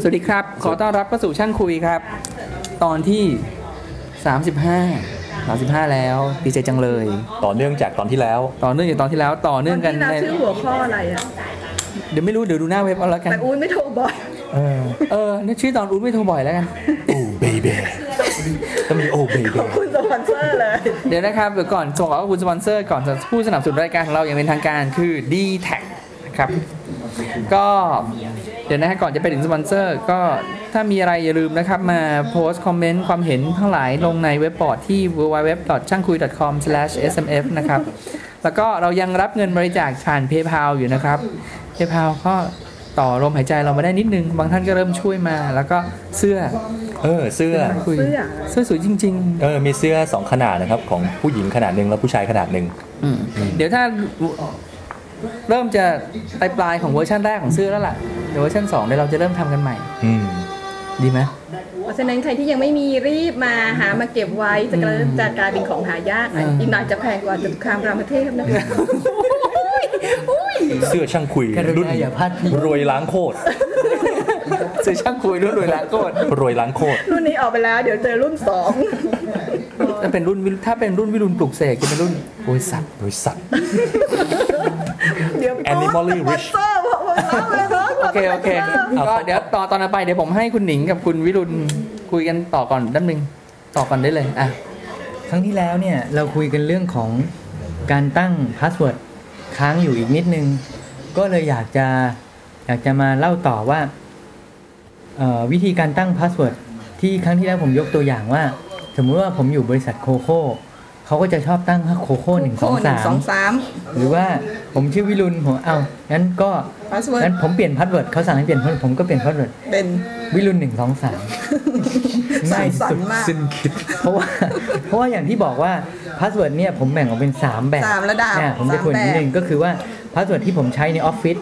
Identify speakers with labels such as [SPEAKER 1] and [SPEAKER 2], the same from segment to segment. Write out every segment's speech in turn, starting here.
[SPEAKER 1] สวัสดีครับ ขอต้อนรับเข้าสู่ช่างคุยครับ ตอนที่ 35 35 แล้วดีใจจังเลย
[SPEAKER 2] ต่อเนื่องจากตอนที่แล้ว
[SPEAKER 1] ต่อเนื่องจากตอนที่แล้วต่อเนื่องกัน
[SPEAKER 3] วั
[SPEAKER 1] ใน
[SPEAKER 3] ที่รับชื่อหัวข้ออะไรอ่ะ
[SPEAKER 1] เดี๋ยวไม่รู้เดี๋ยวดูหน้าเว็บเอาแล้วกัน
[SPEAKER 3] แต่อุ้ยไม่โทรบ่อย
[SPEAKER 2] เออ
[SPEAKER 1] เออนึกชื่อตอนรู้ไม่โทรบ่อยแล้วกัน
[SPEAKER 2] โอ้เบเบ้ต้องมีโอ้เบเบ้
[SPEAKER 3] คุณสปอนเซอร์เลย
[SPEAKER 1] เดี๋ยวนะครับเดี๋ยวก่อนส่งขอบคุณสปอนเซอร์ก่อนผู้สนับสนุนรายการของเราอย่างเป็นทางการคือ d t แทครับ ก็เดี๋ยวนะฮะก่อนจะไปถึงสปอนเซอร์ ก็ถ้ามีอะไรอย่าลืมนะครับมาโพสต์คอมเมนต์ความเห็นทั้งหลายลงในเว็บบอร์ดที่ www ช่างคุย com smf นะครับ แล้วก็เรายังรับเงินบริจาคผ่าน PayPal อยู่นะครับ PayPal ก็ต่อลมหายใจเรามาได้นิดนึง บางท่านก็เริ่มช่วยมา แล้วก็เสื้อ
[SPEAKER 2] เออเสื้อ
[SPEAKER 1] ช่างคุย
[SPEAKER 3] เสื้อ
[SPEAKER 1] เสื้อสวยจริง ๆ
[SPEAKER 2] เออมีเสื้อสองขนาดนะครับ ของผู้หญิงขนาดหนึ่งแล้วผู้ชายขนาดหนึ่ง
[SPEAKER 1] อืมเดี๋ยวถ้าเริ่มจะปลายปลายๆของเวอร์ชันแรกของเสื้อแล้วล่ะ เดี๋ยวเวอร์ชันสองเดี๋ยวเราจะเริ่มทำกันใหม่
[SPEAKER 2] อืม
[SPEAKER 1] ดีไหม
[SPEAKER 3] เพราะฉะนั้นใครที่ยังไม่มีรีบมาหามาเก็บไว้จะกลายจะกลายเป็นของหายากนะอีกหน่อยจะแพงกว่าจุดคามรามเทพนะคะ
[SPEAKER 2] เสื้อช่างคุย
[SPEAKER 1] กรุ
[SPEAKER 2] รุ่น
[SPEAKER 1] ณาอย่าพลาดพิง
[SPEAKER 2] รวยล้างโคตร
[SPEAKER 1] เสื้อช่างคุยรุ่นรวยล้างโกด
[SPEAKER 2] รวยล้างโคตร
[SPEAKER 3] รุ่นนี้ออกไปแล้ว เดี๋ยวเจอรุ่นสอง
[SPEAKER 1] ถ้าเป็นรุ่นวิถ้าเป็นรุ่นวิรุณปลูกเสกจะเป็นรุ่นโอ้ยสัตว์
[SPEAKER 2] บริษัท
[SPEAKER 3] เดี๋ยว
[SPEAKER 2] Animally
[SPEAKER 3] สปอน
[SPEAKER 2] rich
[SPEAKER 3] เซอร์บอกว่า
[SPEAKER 1] โอเคโอเคก็เดี๋ยวต่อตอนต่อไปเดี๋ยวผมให้คุณหนิงกับคุณวิรุณคุยกันต่อก่อนด้านหนึ่งต่อก่อนได้เลยอ่ะ
[SPEAKER 4] ครั้งที่แล้วเนี่ย เราคุยกันเรื่องของการตั้งพาสเวิร์ดค้างอยู่อีกนิดนึง ก็เลยอยากจะอยากจะมาเล่าต่อว่าเอ่อวิธีการตั้งพาสเวิร์ดที่ครั้งที่แล้วผมยกตัวอย่างว่า สมมุติว่าผมอยู่บริษัทโคโค่เขาก็จะชอบตั้งโคโค่หนึ่งสองสาม
[SPEAKER 3] สาม
[SPEAKER 4] หรือว่าผมชื่อวิรุณผมเอางั้นก็
[SPEAKER 3] พาสเวิร์ด
[SPEAKER 4] งั้นผมเปลี่ยนพาสเวิร์ดเขาสั่งให้เปลี่ยน password ผมก็เปลี่ยนพาสเวิร์ด
[SPEAKER 3] เป็น
[SPEAKER 4] วิรุณหนึ่งสองสาม
[SPEAKER 3] สั่
[SPEAKER 4] ง่าน ย
[SPEAKER 3] สรร
[SPEAKER 4] สุด
[SPEAKER 3] ค์มาก
[SPEAKER 4] สิ้นคิด เพราะว่าเพราะว่าอย่างที่บอกว่าพาสเวิร์ดเนี่ยผมแบ่งออกเป็น 3 แบบ
[SPEAKER 3] สามระดับ
[SPEAKER 4] อ่าผมจะคุยนิดนึงก็คือว่าพาสเวิร์ดที่ผมใช้ในออฟฟิศ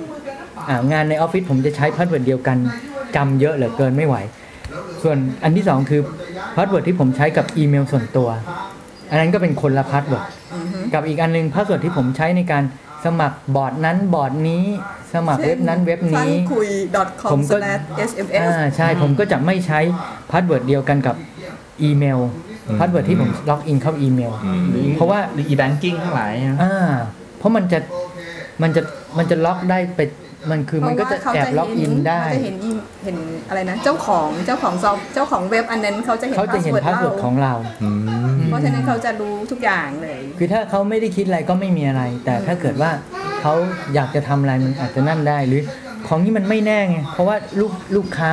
[SPEAKER 4] อ่างานในออฟฟิศผมจะใช้พาสเวิร์ดเดียวกันจำเยอะเหลือเกินไม่ไหว ส่วนอันที่ 2 คือพาสเวิร์ดที่ผมใช้กับอีเมลส่วนตัว อันนั้นก็เป็นคนละพาสเวิร์ดกับอีกอันนึงพาสเวิร์ดที่ผมใช้ในการสมัครบอร์ดนั้นบอร์ดนี้ สมัครเว็บนั้นเว็บ
[SPEAKER 3] ช่าง
[SPEAKER 4] นี้
[SPEAKER 3] คุย
[SPEAKER 4] ผม
[SPEAKER 3] .com
[SPEAKER 4] ก็
[SPEAKER 3] smf
[SPEAKER 4] อ่าใช่ผมก็จะไม่ใช้พาสเวิร์ดเดียวกันกับอีเมลพาสเวิร์ดที่ผมล็อกอินเข้าอีเมล เพราะว่า
[SPEAKER 5] หรืออีแบงกิ้งทั้งหลายนะ
[SPEAKER 4] อ่าเพราะมันจะมันจะมันจะล็อกได้ไปมันคือมันก็จะ
[SPEAKER 3] เพราว่า
[SPEAKER 4] แอบ
[SPEAKER 3] เขา
[SPEAKER 4] ล็อกอินได้
[SPEAKER 3] เขาจะเห็นอินเห็นอะไรนะ เจ้าของเจ้าของซอฟต์เจ้าของเว็บอันนั้นเขาจะเห็น
[SPEAKER 4] เขาจะเห็นพาสเวิร์ดของเรา
[SPEAKER 2] อืม
[SPEAKER 3] เพราะฉะนั้นเขาจะรู้ทุกอย่างเลย
[SPEAKER 4] คือถ้าเขาไม่ได้คิดอะไรก็ไม่มีอะไร แต่ถ้าเกิดว่าเขาอยากจะทำอะไรมันอาจจะนั่นได้หรือของนี้มันไม่แน่ไงเพราะว่าลูกลูกค้า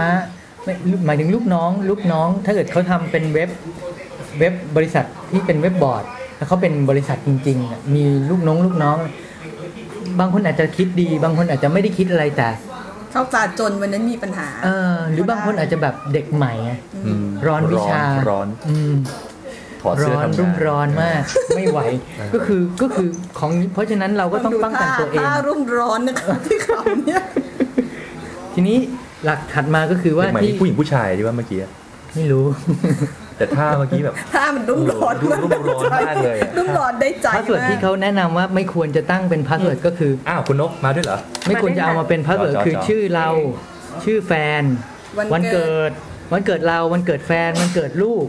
[SPEAKER 4] ไม่หมายถึงลูกน้อง ลูกน้อง ถ้าเกิดเขาทำเป็นเว็บเว็บบริษัทที่เป็นเว็บบอร์ดแล้วเขาเป็นบริษัทจริงๆอ่ะมีลูกน้องลูกน้อง บางคนอาจจะคิดดี บางคนอาจจะไม่ได้คิดอะไรแต่
[SPEAKER 3] เขาตาจนวันนั้นมีปัญหา
[SPEAKER 4] เออหรือบางคนอาจจะแบบเด็กใหม่ไงร้อนวิชา
[SPEAKER 2] ร้อน
[SPEAKER 4] อืม
[SPEAKER 2] ถอด
[SPEAKER 4] ร้
[SPEAKER 2] เสื้อ
[SPEAKER 4] อน
[SPEAKER 2] ทำ
[SPEAKER 4] รุ่
[SPEAKER 2] งาม น
[SPEAKER 4] ร้อนมาก ไม่ไหว ก็คือก็คือของเพราะฉะนั้นเราก็ต้องป้องกันตัวเอง
[SPEAKER 3] ถ้ารุ่มร้อนนะคะที่เขาเนี่ย
[SPEAKER 4] ทีนี้หลักถัดมาก็คือว่า
[SPEAKER 2] เด็กใหม่
[SPEAKER 4] ที่
[SPEAKER 2] นี่ผู้หญิงผู้ชายดีว่าเมื่อกี้
[SPEAKER 4] ไม่รู้
[SPEAKER 2] แต่ท่าเมื่อกี้แบบ
[SPEAKER 3] ถ้ามันรุ่มร้อน
[SPEAKER 2] ดูรุ่มร้อนมากเลย
[SPEAKER 3] รุ่มร้อนได้ใจ
[SPEAKER 4] พาสเวิร์ด
[SPEAKER 3] มาก
[SPEAKER 4] ที่เขาแนะนำว่าไม่ควรจะตั้งเป็นพาสเวิร์ดก็คือ
[SPEAKER 2] อ้าวคุณนกมาด้วยเหรอ
[SPEAKER 4] ไม่ควรจะเอามาเป็นพาสเวิร์ด
[SPEAKER 2] จอจอ
[SPEAKER 4] คือ
[SPEAKER 2] จอ
[SPEAKER 4] ชื่อเรา ชื่อแฟน
[SPEAKER 3] วั
[SPEAKER 4] วัน น
[SPEAKER 3] เกิด
[SPEAKER 4] เกิด วันเกิดเรา วันเกิดแฟน วันเกิดลูก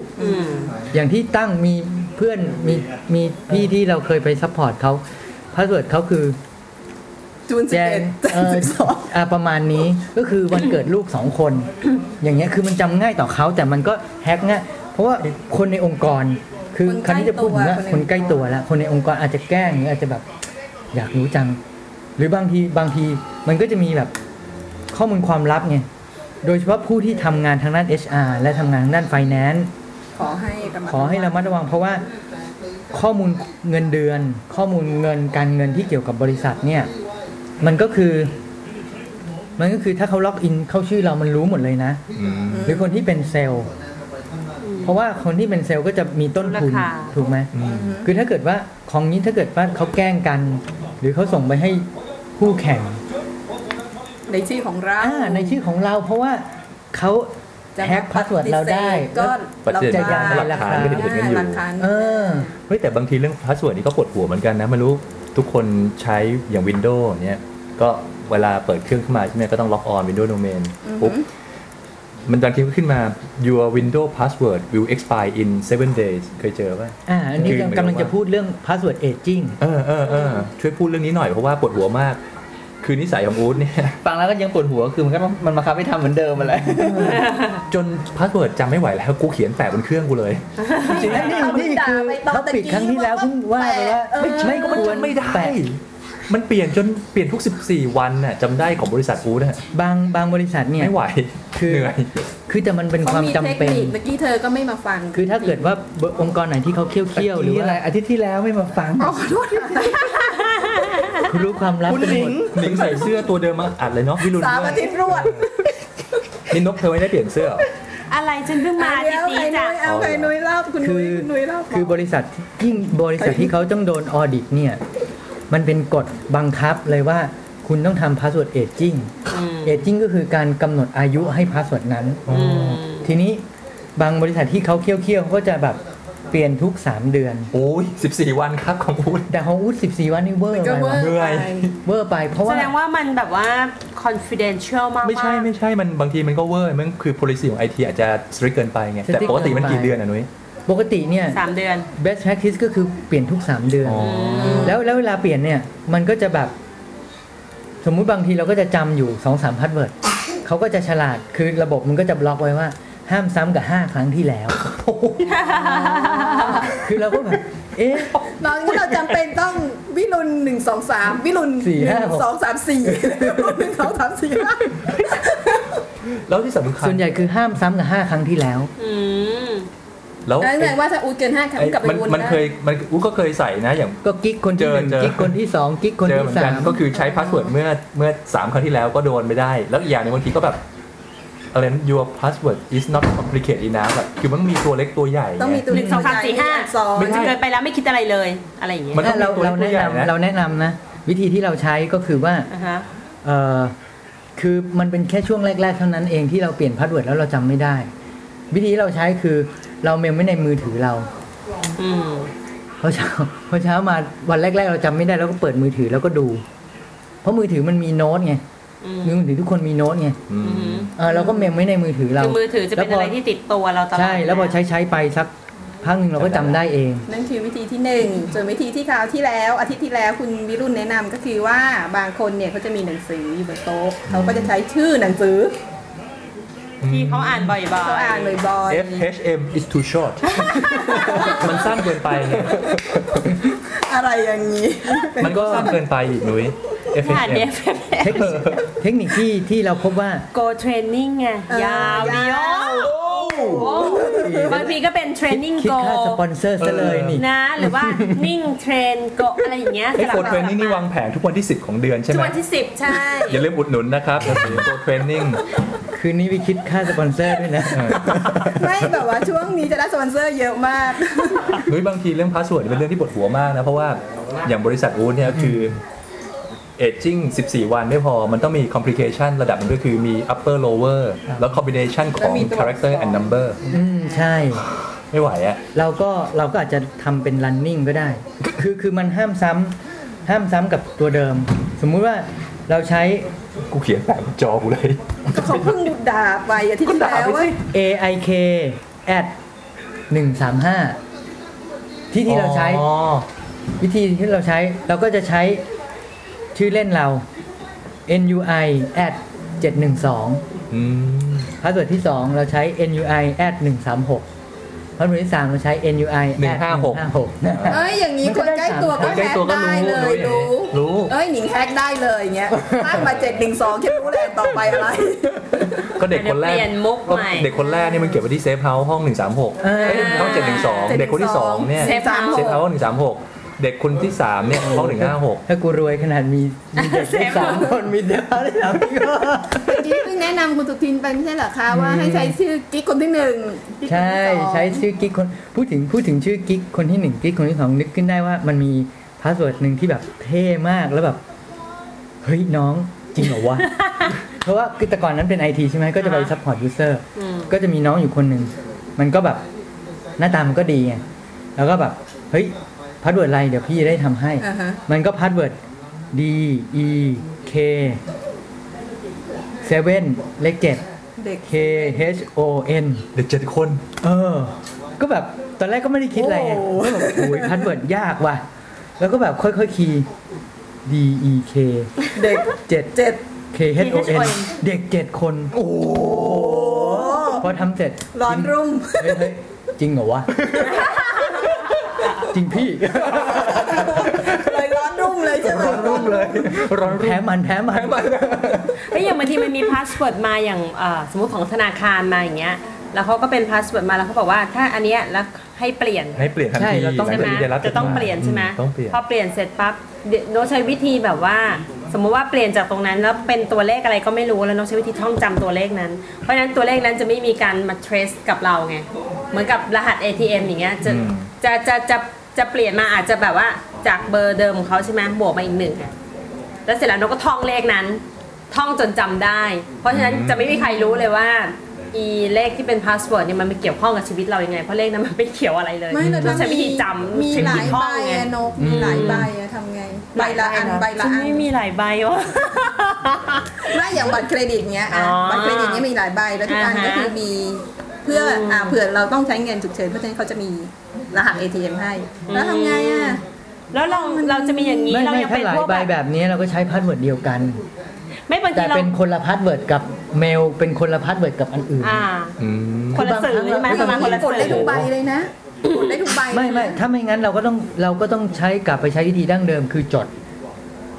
[SPEAKER 4] อย่างที่ตั้งมีเพื่อนมีมีพี่ที่เราเคยไปซัพพอร์ตเขาพาสเวิร์ดเขาคือ
[SPEAKER 3] จูนสิบ
[SPEAKER 4] แจ้
[SPEAKER 3] เอ็
[SPEAKER 4] ง
[SPEAKER 3] ดแจ้
[SPEAKER 4] เอง อ
[SPEAKER 3] สิบสอง
[SPEAKER 4] อ่าประมาณนี้ก็คือวันเกิดลูกสองคน อย่างเงี้ยคือมันจำง่ายต่อเขาแต่มันก็แฮกง่ายเพราะว่าคนในองค์กร คือคำที่จะพูดถึงว่าคนใกล้ตัวแล้วคนในองค์กรอาจจะแกล้งหรืออาจจะแบบอยากรู้จัง หรือบางทีบางทีมันก็จะมีแบบข้อมูลความลับไงโดยเฉพาะผู้ที่ทำงานทางด้าน HR และทำงานทางด้าน finance
[SPEAKER 3] ขอให้ระมัด
[SPEAKER 4] ขอให้ระมัดระวังเพราะว่าข้อมูลเงินเดือน ข้อมูลเงินการเงินที่เกี่ยวกับบริษัทเนี่ย มันก็คือ มันก็คือถ้าเขาล็อกอินเข้าชื่อเรามันรู้หมดเลยนะ
[SPEAKER 2] อืม
[SPEAKER 4] หรือคนที่เป็นเซลล์เพราะว่าคนที่เป็นเซลล์ก็จะมีต้นทุนถูกไหมคือถ้าเกิดว่าของนี้ถ้าเกิดว่าเขาแกล้งกัน หรือเขาส่งไปให้คู่แข่ง
[SPEAKER 3] ในชื่อของเรา
[SPEAKER 4] อ่าในชื่อของเรา เพราะว่าเขาแฮกพาสเวิร์ดเราได้
[SPEAKER 3] ก็
[SPEAKER 4] แล้ว
[SPEAKER 2] ปฏิเสธ
[SPEAKER 4] จะยังไง
[SPEAKER 2] หลัก
[SPEAKER 4] ล่ะครั
[SPEAKER 2] ฐา
[SPEAKER 4] บ
[SPEAKER 2] นไม่ได้เห็นกันอยู่
[SPEAKER 3] หลักฐาน
[SPEAKER 4] เออ
[SPEAKER 2] เฮ้ยแต่บางทีเรื่องพาสเวิร์ดนี่ก็ปวดหัวเหมือนกันนะไม่รู้ทุกคนใช้อย่าง Windows เนี่ยก็เวลาเปิดเครื่องขึ้นมาใช่ไหมก็ต้องล็อกออน Windows Domain ปุ๊บ มันตอนคลิปขึ้นมา your window password will expire in seven days เคยเจอป่ะ
[SPEAKER 4] อ่าอันนี้
[SPEAKER 2] คือ
[SPEAKER 4] กำลังจะพูดเรื่อง password aging
[SPEAKER 2] เออเออเออช่วยพูดเรื่องนี้หน่อยเพราะว่าปวดหัวมาก คือนิสัยของอู๊ดเนี่ย
[SPEAKER 1] ฟังแล้วก็ยังปวดหัวคือมันก็ต้องมันมาคับให้ทำเหมือนเดิมมาแหล้ว
[SPEAKER 2] จนพาสเวิร์ดจำไม่ไหวแล้วกูเขียนแปะบนเครื่องกูเลย
[SPEAKER 4] จริงๆนี่
[SPEAKER 3] เอา
[SPEAKER 4] นี่
[SPEAKER 3] ด่า
[SPEAKER 4] คือ
[SPEAKER 3] ไปตอน
[SPEAKER 4] ท็อ
[SPEAKER 3] ตะ
[SPEAKER 4] ปิ
[SPEAKER 3] กี้
[SPEAKER 4] กครั้งที่แล้วเพิ่งว่าไปว่า
[SPEAKER 3] เออ
[SPEAKER 4] ไม่ก็
[SPEAKER 2] มัน
[SPEAKER 4] ควร
[SPEAKER 2] จำไม่ได้
[SPEAKER 4] แปะ
[SPEAKER 2] มันเปลี่ยนจนเปลี่ยนทุก 14 วันน่ะจำได้ของบริษัทอู๊ดน่ะ
[SPEAKER 4] บางบางบริษัทเนี่ย
[SPEAKER 2] ไม่ไหว
[SPEAKER 4] คือ
[SPEAKER 2] เหนื่อย
[SPEAKER 4] คือแต่มันเป็นความจำเป็น
[SPEAKER 3] ขามีทคคเมื่อกี้เธอก็ไม่มาฟัง
[SPEAKER 4] คือถ้าเกิดว่าองค์กรไหนที่เขาเคี่ยวเคี่ยวๆหรือว่า
[SPEAKER 1] อะไรอาทิตย์ที่แล้วไม่มาฟัง
[SPEAKER 3] อ๋อขอโทษ
[SPEAKER 4] คุณรู้ความลับเป็นหมด
[SPEAKER 2] หนิงใส่เสื้อตัวเดิมมาอัดเลยเนาะพี่รุน
[SPEAKER 3] สาม
[SPEAKER 2] ด้ว
[SPEAKER 3] อาย ทิตย์รวด
[SPEAKER 2] นี่นกเธอไม่ได้เปลี่ยนเสื้อเหรอ
[SPEAKER 5] อะไรฉันเพิ่งมาอา
[SPEAKER 3] เดี๋
[SPEAKER 5] ที่
[SPEAKER 3] ยวไอ้นุ้
[SPEAKER 5] นี้จ้ะ
[SPEAKER 3] ยเอาไอ้นุ้ยเล่าคุณนุ้ย
[SPEAKER 4] คือ
[SPEAKER 3] นุ้ยเล่า
[SPEAKER 4] คือบริษัทที่บริษัทที่เขาต้องโดนออดิตเนี่ย มันเป็นกฎบังคับเลยว่าคุณต้องทำพาสเวิร์ดเอจจิ้งเอจจิ้งก็คือการกำหนดอายุให้พาสเวิร์ดนั้น ทีนี้บางบริษัทที่เขาเคี่ยวเคี่ยวๆก็จะแบบเปลี่ยนทุก 3 เดือน
[SPEAKER 2] โอ้ย14 วันครับของอู๊ด
[SPEAKER 4] แต่ของอูด14 วันนี่เวอร์
[SPEAKER 3] ก็
[SPEAKER 4] ไป
[SPEAKER 3] เวอร์
[SPEAKER 4] วะ
[SPEAKER 2] เหนื่
[SPEAKER 3] ไป
[SPEAKER 2] อย
[SPEAKER 4] เวอร์ไปเพราะ
[SPEAKER 5] แส
[SPEAKER 4] ว่า
[SPEAKER 5] ดงว่ามันแบบว่า confidential มากๆ
[SPEAKER 2] ไม่ใช่ไม่ใช่มันบางทีมันก็เวอร์มันคือ policy ของไอทีอาจจะ strict เกินไปไง แต่ปกติมันกี่เดือนอ่ะนุ้ย
[SPEAKER 4] ปกติเนี่ย
[SPEAKER 5] สามเดือน
[SPEAKER 4] best practice ก็คือเปลี่ยนทุก 3 เดือน
[SPEAKER 2] อ๋อ
[SPEAKER 4] แล้วแล้วเวลาเปลี่ยนเนี่ย มันก็จะแบบ สมมุติบางทีเราก็จะจำอยู่สองสามพาสเวิร์ดเขาก็จะฉลาดคือระบบมันก็จะบล็อกไว้ว่า ห้ามซ้ำกับห้าครั้งที่แล้ว คือเราก็แบบเอ๊ะ
[SPEAKER 3] เราที่เราจำเป็นต้องวิรุณหนึ่งสองสามวิรุณ
[SPEAKER 4] สี่ห้าหก
[SPEAKER 3] นึ่งสองสามสี่หนึ่งสองสาม สี่ห้า
[SPEAKER 2] แล้วที่สำคัญ
[SPEAKER 4] ส่วนใหญ่คือห้ามซ้ำกับห้าครั้งที่แล้ว
[SPEAKER 5] อืม
[SPEAKER 2] แล้ว
[SPEAKER 3] นั่นแสดงว่าถ้าอูดเกินห้าครั้ง
[SPEAKER 2] ไอ้
[SPEAKER 3] กลับไป
[SPEAKER 2] มัน
[SPEAKER 3] วน
[SPEAKER 2] มัน
[SPEAKER 3] ได้
[SPEAKER 2] เคยมันอู๊ดก็เคยใส่นะอย่าง
[SPEAKER 4] ก็กิ๊กคนที่หนึ่ง
[SPEAKER 2] เจอเจอ
[SPEAKER 4] กิ๊กคนที่สองกิ๊กคน
[SPEAKER 2] เจอเห
[SPEAKER 4] ที่
[SPEAKER 2] มือนกั
[SPEAKER 4] สาน ม
[SPEAKER 2] ก็คือใช้พาสเวิร์ดเมื่อเมื่อสามครั้งที่แล้วก็โดนไม่ได้ แล้วอีกอย่างหนึงบางทีก็แบบอะไรนะ your password is not complicated enough แบบคือมันมีตัวเล็กตัวใหญ่
[SPEAKER 3] ต้องมีตัว
[SPEAKER 5] หนึ่งสองสามสี่ห้า
[SPEAKER 3] สอง
[SPEAKER 5] มันจะเกินไปแล้วไม่คิดอะไรเลย อะไรอย่างเงี้ย
[SPEAKER 2] มันต้องมี
[SPEAKER 4] ถ้าเรา
[SPEAKER 2] ตัวเล็
[SPEAKER 4] เรา
[SPEAKER 2] กตั
[SPEAKER 4] แนะ
[SPEAKER 2] วใหญ่นะ
[SPEAKER 4] นำเราแนะนำนะ วิธีที่เราใช้ก็คือว่า
[SPEAKER 5] อ่ะฮะ
[SPEAKER 4] เอ่อคือมันเป็นแค่ช่วงแรก ๆ เท่านั้นเองที่เราเปลี่ยนพาสเวิร์ดแล้วเราจำไม่ได้ วิธีที่เราใช้คือเราเมมไว้ในมือถือเรา
[SPEAKER 5] อืม
[SPEAKER 4] พอเช้าพอเช้ามาวันแรก ๆ เราจำไม่ได้เราก็เปิดมือถือแล้วก็ดู เพราะมือถือมันมีโน้ตไง
[SPEAKER 5] อืม
[SPEAKER 4] มือถือทุกคนมีโน้ตไง
[SPEAKER 2] อืม
[SPEAKER 5] อืม
[SPEAKER 4] เออเราก็เมมไว้ในมือถือเรา
[SPEAKER 5] คือมือถือจะเป็นอะไรที่ติดตัวเราตลอด
[SPEAKER 4] ใช่แล้วพอ
[SPEAKER 5] นะ
[SPEAKER 4] ใช้ใช้ๆไปสักพักหนึ่งเราก็จำได้เอง
[SPEAKER 3] นั่นคือวิธีที่หนึ่งส่วนวิธีที่คราวที่แล้วอาทิตย์ที่แล้วคุณวิรุณแนะนำก็คือว่าบางคนเนี่ยเขาจะมีหนังสืออยู่บนโต๊ะเขาก็จะใช้ชื่อหนังสือ
[SPEAKER 5] ที่เขาอ่านบ่อยๆ
[SPEAKER 3] เขาอ่านบ่อย
[SPEAKER 2] F H M is too short มันสั้นเกินไปไง
[SPEAKER 3] ๆอะไรอย่างนี้
[SPEAKER 2] มันก็สั้นเกินไปอีกนุ้ย F
[SPEAKER 5] ผ่าน
[SPEAKER 2] H
[SPEAKER 5] เด
[SPEAKER 2] M
[SPEAKER 5] ฟ
[SPEAKER 4] เทคนิคเทคนิคที่ที่เราพบว่า
[SPEAKER 5] โกเทรนนิ่งไงยาวเดียวบางทีก็เป็นเทรนนิ่ง
[SPEAKER 4] คิด
[SPEAKER 5] โก
[SPEAKER 4] ค่าสปอนเซอร์ซะเลยนี่
[SPEAKER 5] นะ หรือว่านิ่งเทรนโกอะไรอย่างเงี้ย
[SPEAKER 2] ไอ้โฟ
[SPEAKER 5] สลับ
[SPEAKER 2] เทรนนิ่งนี่วางแผนทุกวันที่ 10 ของเดือนใช่
[SPEAKER 5] ทุ
[SPEAKER 2] ไหม
[SPEAKER 5] กวันที่สิบใช่
[SPEAKER 2] อย่าลืมอุดหนุนนะครับโฟเทรนนิ่ง
[SPEAKER 4] คืนนี้ไปคิดค่าสปอนเซอร์ด้วยนะ
[SPEAKER 3] ไม่แบบว่าช่วงนี้จะได้สปอนเซอร์เยอะมาก
[SPEAKER 2] นุ้ยบางทีเรื่องพาสเวิร์ดเป็นเรื่องที่ปวดหัวมากนะ เพราะว่าอย่างบริษัทอูดเนี่ยคือเอจจิ้ง14 วันไม่พอมันต้องมีคอมพลิเคชันระดับหนึงก็คือมี upper lower แล้ว combination ข
[SPEAKER 3] แล้
[SPEAKER 2] อง
[SPEAKER 3] วมีตัว
[SPEAKER 2] character and number
[SPEAKER 4] อืมใช่
[SPEAKER 2] ไม่ไหวอะ
[SPEAKER 4] เราก็เราก็อาจจะทำเป็น running ก็ได้ คือคือมันห้ามซ้ำห้ามซ้ำกับตัวเดิม สมมุติว่าเราใช้
[SPEAKER 2] กูเขียนแปะบนจอกูเลย
[SPEAKER 3] ก็เขาเพิ่งด่าไปอาทิตย์ที่แล้วเว้ย
[SPEAKER 4] aik at 135 ที่ที่เราใช้
[SPEAKER 2] อ๋อ
[SPEAKER 4] วิธีที่เราใช้เราก็จะใช้ชื่อเล่นเรา nui at 712
[SPEAKER 2] อืม
[SPEAKER 4] พาสเวิร์ดที่ 2 เราใช้ nui at 136พาสเวิร์ดที่ 3 เราใช้ nui at
[SPEAKER 2] 156
[SPEAKER 4] 156
[SPEAKER 3] เอ้ยอย่างนี้คนใกล้ตัว
[SPEAKER 2] ค
[SPEAKER 3] ก็
[SPEAKER 2] นใกล้
[SPEAKER 3] แฮก
[SPEAKER 2] ตัวก็รู้
[SPEAKER 3] ได้เลย
[SPEAKER 2] รู้
[SPEAKER 3] รู้
[SPEAKER 2] รู้
[SPEAKER 3] เอ้ยหนิงแฮกได้เลยอย่างเงี้ยตั้งมาเจ็ดหนึ่งสองแค่รู้แลนต่อไปอะไร
[SPEAKER 2] ก็เด็กคนแรก
[SPEAKER 5] เดี๋ยวเปลี่ยนมุกใหม่
[SPEAKER 2] เด็กคนแรกเนี่ยมันเก็บไว้ที่เซฟเฮาส์ห้อง 136
[SPEAKER 4] อ่า
[SPEAKER 2] เอ้ยห้อง712 เด็กคนที่สองเนี่ย
[SPEAKER 5] เซฟเฮาส์
[SPEAKER 2] เซฟเฮาส์136 เด็กคนที่สามเนี่ยห้อง156
[SPEAKER 4] ถ้ากูรวยขนาดมีมีเด็กได้สามคนมีเด็กได้สามคน
[SPEAKER 3] เมื่อกี้เพิ่งแนะนำคุณสุทินไปไม่ใช่เหรอคะว่าให้ใช้ชื่อกิ๊กคนที่หนึ่งกิ๊กคน
[SPEAKER 4] ใช่
[SPEAKER 3] ที่สอง
[SPEAKER 4] ใช้ชื่อกิ๊กคนพูดถึงพูดถึงชื่อกิ๊กคนที่หนึ่งกิ๊กคนที่สองนึกขึ้นได้ว่ามันมีพาสเวิร์ดหนึ่งที่แบบเท่มากแล้วแบบ เฮ้ยน้องจริงเหรอ วะ เพราะว่าคือแต่ก่อนนั้นเป็นไอทีใช่ไหมก็จะไป
[SPEAKER 5] อ่าฮะ
[SPEAKER 4] ซัพพอร์ตยูเซอร์
[SPEAKER 5] อืม
[SPEAKER 4] ก็จะมีน้องอยู่คนหนึ่งมันก็แบบหน้าตามันก็ดีไงแล้วก็แบบ เฮ้ยพาสเวิร์ดอะไรเดี๋ยวพี่ได้ทำให้
[SPEAKER 3] อ่าฮะ
[SPEAKER 4] มันก็พาสเวิร์ด D E K 7เลขเจ็ด
[SPEAKER 3] D เด็ก
[SPEAKER 4] K H O N
[SPEAKER 2] เด็กเจ็ดคน
[SPEAKER 4] เออ ก็แบบตอนแรกก็ไม่ได้คิดอะไรไง
[SPEAKER 3] โอ้
[SPEAKER 4] ก็แบบโอ้ยพันเวิร์ดยากว่ะ แล้วก็แบบค่อยๆคีย์ D E K
[SPEAKER 3] เด็ก
[SPEAKER 4] เจ็ด
[SPEAKER 3] เจ็ด
[SPEAKER 4] K H O N เด็กเจ็ดคน โอ้พอทำเสร็จ
[SPEAKER 3] ร้อนรุ่ม
[SPEAKER 4] เฮ้ยเฮ้ยจริงเหรอวะ จริงพี่
[SPEAKER 3] เลยร้อนรุ่มเลยใช่ไหม
[SPEAKER 2] รุ่มเลยร้อนรุ่
[SPEAKER 4] แพ้
[SPEAKER 2] ม
[SPEAKER 4] มันแพ้มัน
[SPEAKER 5] แล้วอย่างบางทีมันมีพาสเวิร์ดมาอย่างเอ่อสมมติของธนาคารมาอย่างเงี้ย แล้วเขาก็เป็นพาสเวิร์ดมาแล้วเขาบอกว่าถ้าอันเนี้ยแล้วให้เปลี่ยน
[SPEAKER 2] ให้เปลี่ยนทัน
[SPEAKER 4] ใช่
[SPEAKER 2] ที
[SPEAKER 4] เราต้อง
[SPEAKER 2] หลั
[SPEAKER 5] ใช่
[SPEAKER 2] งจาก
[SPEAKER 5] ไหม
[SPEAKER 2] ที่ได้รับจ
[SPEAKER 5] จะ
[SPEAKER 2] ด
[SPEAKER 5] ต้อง
[SPEAKER 2] หาย
[SPEAKER 5] เปลี่ยนใช่ไหม
[SPEAKER 2] อืต้องเปลี่ยน
[SPEAKER 5] พอเปลี่ยนเสร็จปั๊บเดี๋ยวโน้ตใช้วิธีแบบว่า สมมุติว่าเปลี่ยนจากตรงนั้นแล้วเป็นตัวเลขอะไรก็ไม่รู้แล้วโน้ตใช้วิธีท่องจำตัวเลขนั้น เพราะฉะนั้นตัวเลขนั้นจะไม่มีการมา trace กับเราไงเหมือนกับรหัส ATM อย่างเงี้ยจะ
[SPEAKER 2] อืม
[SPEAKER 5] จะจะจะจะเปลี่ยนมาอาจจะแบบว่าจากเบอร์เดิมของเขาใช่ไหมบวกมาอีกหนึ่งอะ แล้วเสร็จแล้วนกก็ท่องเลขนั้น ท่องจนจำได้ เพราะฉะนั้นจะไม่มีใครรู้เลยว่าอีเลขที่เป็นพาสเวิร์ดเนี่ยมันไปเกี่ยวข้องกับชีวิตเรายัางไง เพราะเลขนั้นมันไม่เกี่ยวอะไรเลย
[SPEAKER 3] ไม่เรา
[SPEAKER 5] ต้องใช้วิธีจำ
[SPEAKER 3] มี
[SPEAKER 5] ใช้
[SPEAKER 3] หลา
[SPEAKER 5] วิธี
[SPEAKER 3] ย
[SPEAKER 5] ท่
[SPEAKER 3] ใบ
[SPEAKER 5] องไง
[SPEAKER 3] อะนกมีหลายใบอะทำไง ใบละอันใบละอัน
[SPEAKER 5] ฉัไม่มีหลายใบ วะ
[SPEAKER 3] ไม่อย่างบัตรเครดิตเนี้ยอ่ะ
[SPEAKER 5] อ๋อ
[SPEAKER 3] บัตรเครดิตเนี้ยมีหลายใบแล้วทุกอัน
[SPEAKER 5] อ่าฮะ
[SPEAKER 3] ก็คือมีเพื่ออ
[SPEAKER 5] ม
[SPEAKER 3] อ่าเผื่อเราต้องใช้เงินฉุกเฉินเพราะฉะนั้นเขาจะมีรหัส ATM ให้ แล้วทำไงอ่ะ
[SPEAKER 5] อืม แล้วเราเราจะมีอย่างนี้
[SPEAKER 4] ไม่
[SPEAKER 5] เรา
[SPEAKER 4] ไม่
[SPEAKER 5] ยัง
[SPEAKER 4] ถ้า
[SPEAKER 5] เป็น
[SPEAKER 4] หลา
[SPEAKER 5] พ
[SPEAKER 4] ยว
[SPEAKER 5] ก
[SPEAKER 4] ใบแบบนี้เราก็ใช้พาสเวิร์ดเดียวกัน
[SPEAKER 5] ไม่บางที
[SPEAKER 4] แต่
[SPEAKER 5] เรา
[SPEAKER 4] เป็นคนละพาสเวิร์ดกับเมล เป็นคนละพาสเวิร์ดกับอันอื่น
[SPEAKER 5] อ่า
[SPEAKER 2] อืม
[SPEAKER 5] คนละสื่อใช่ไหม
[SPEAKER 3] ไม่
[SPEAKER 5] ประมาณคนละ
[SPEAKER 3] กดได้
[SPEAKER 5] สื่
[SPEAKER 3] ทุ
[SPEAKER 5] อก
[SPEAKER 3] ใบเลยนะกดได้ทุกใบเลยนะ
[SPEAKER 4] ไม่ไม่ถ้าไม่งั้นเราก็ต้องเราก็ต้องใช้กลับไปใช้วิธีดั้งเดิมคือจด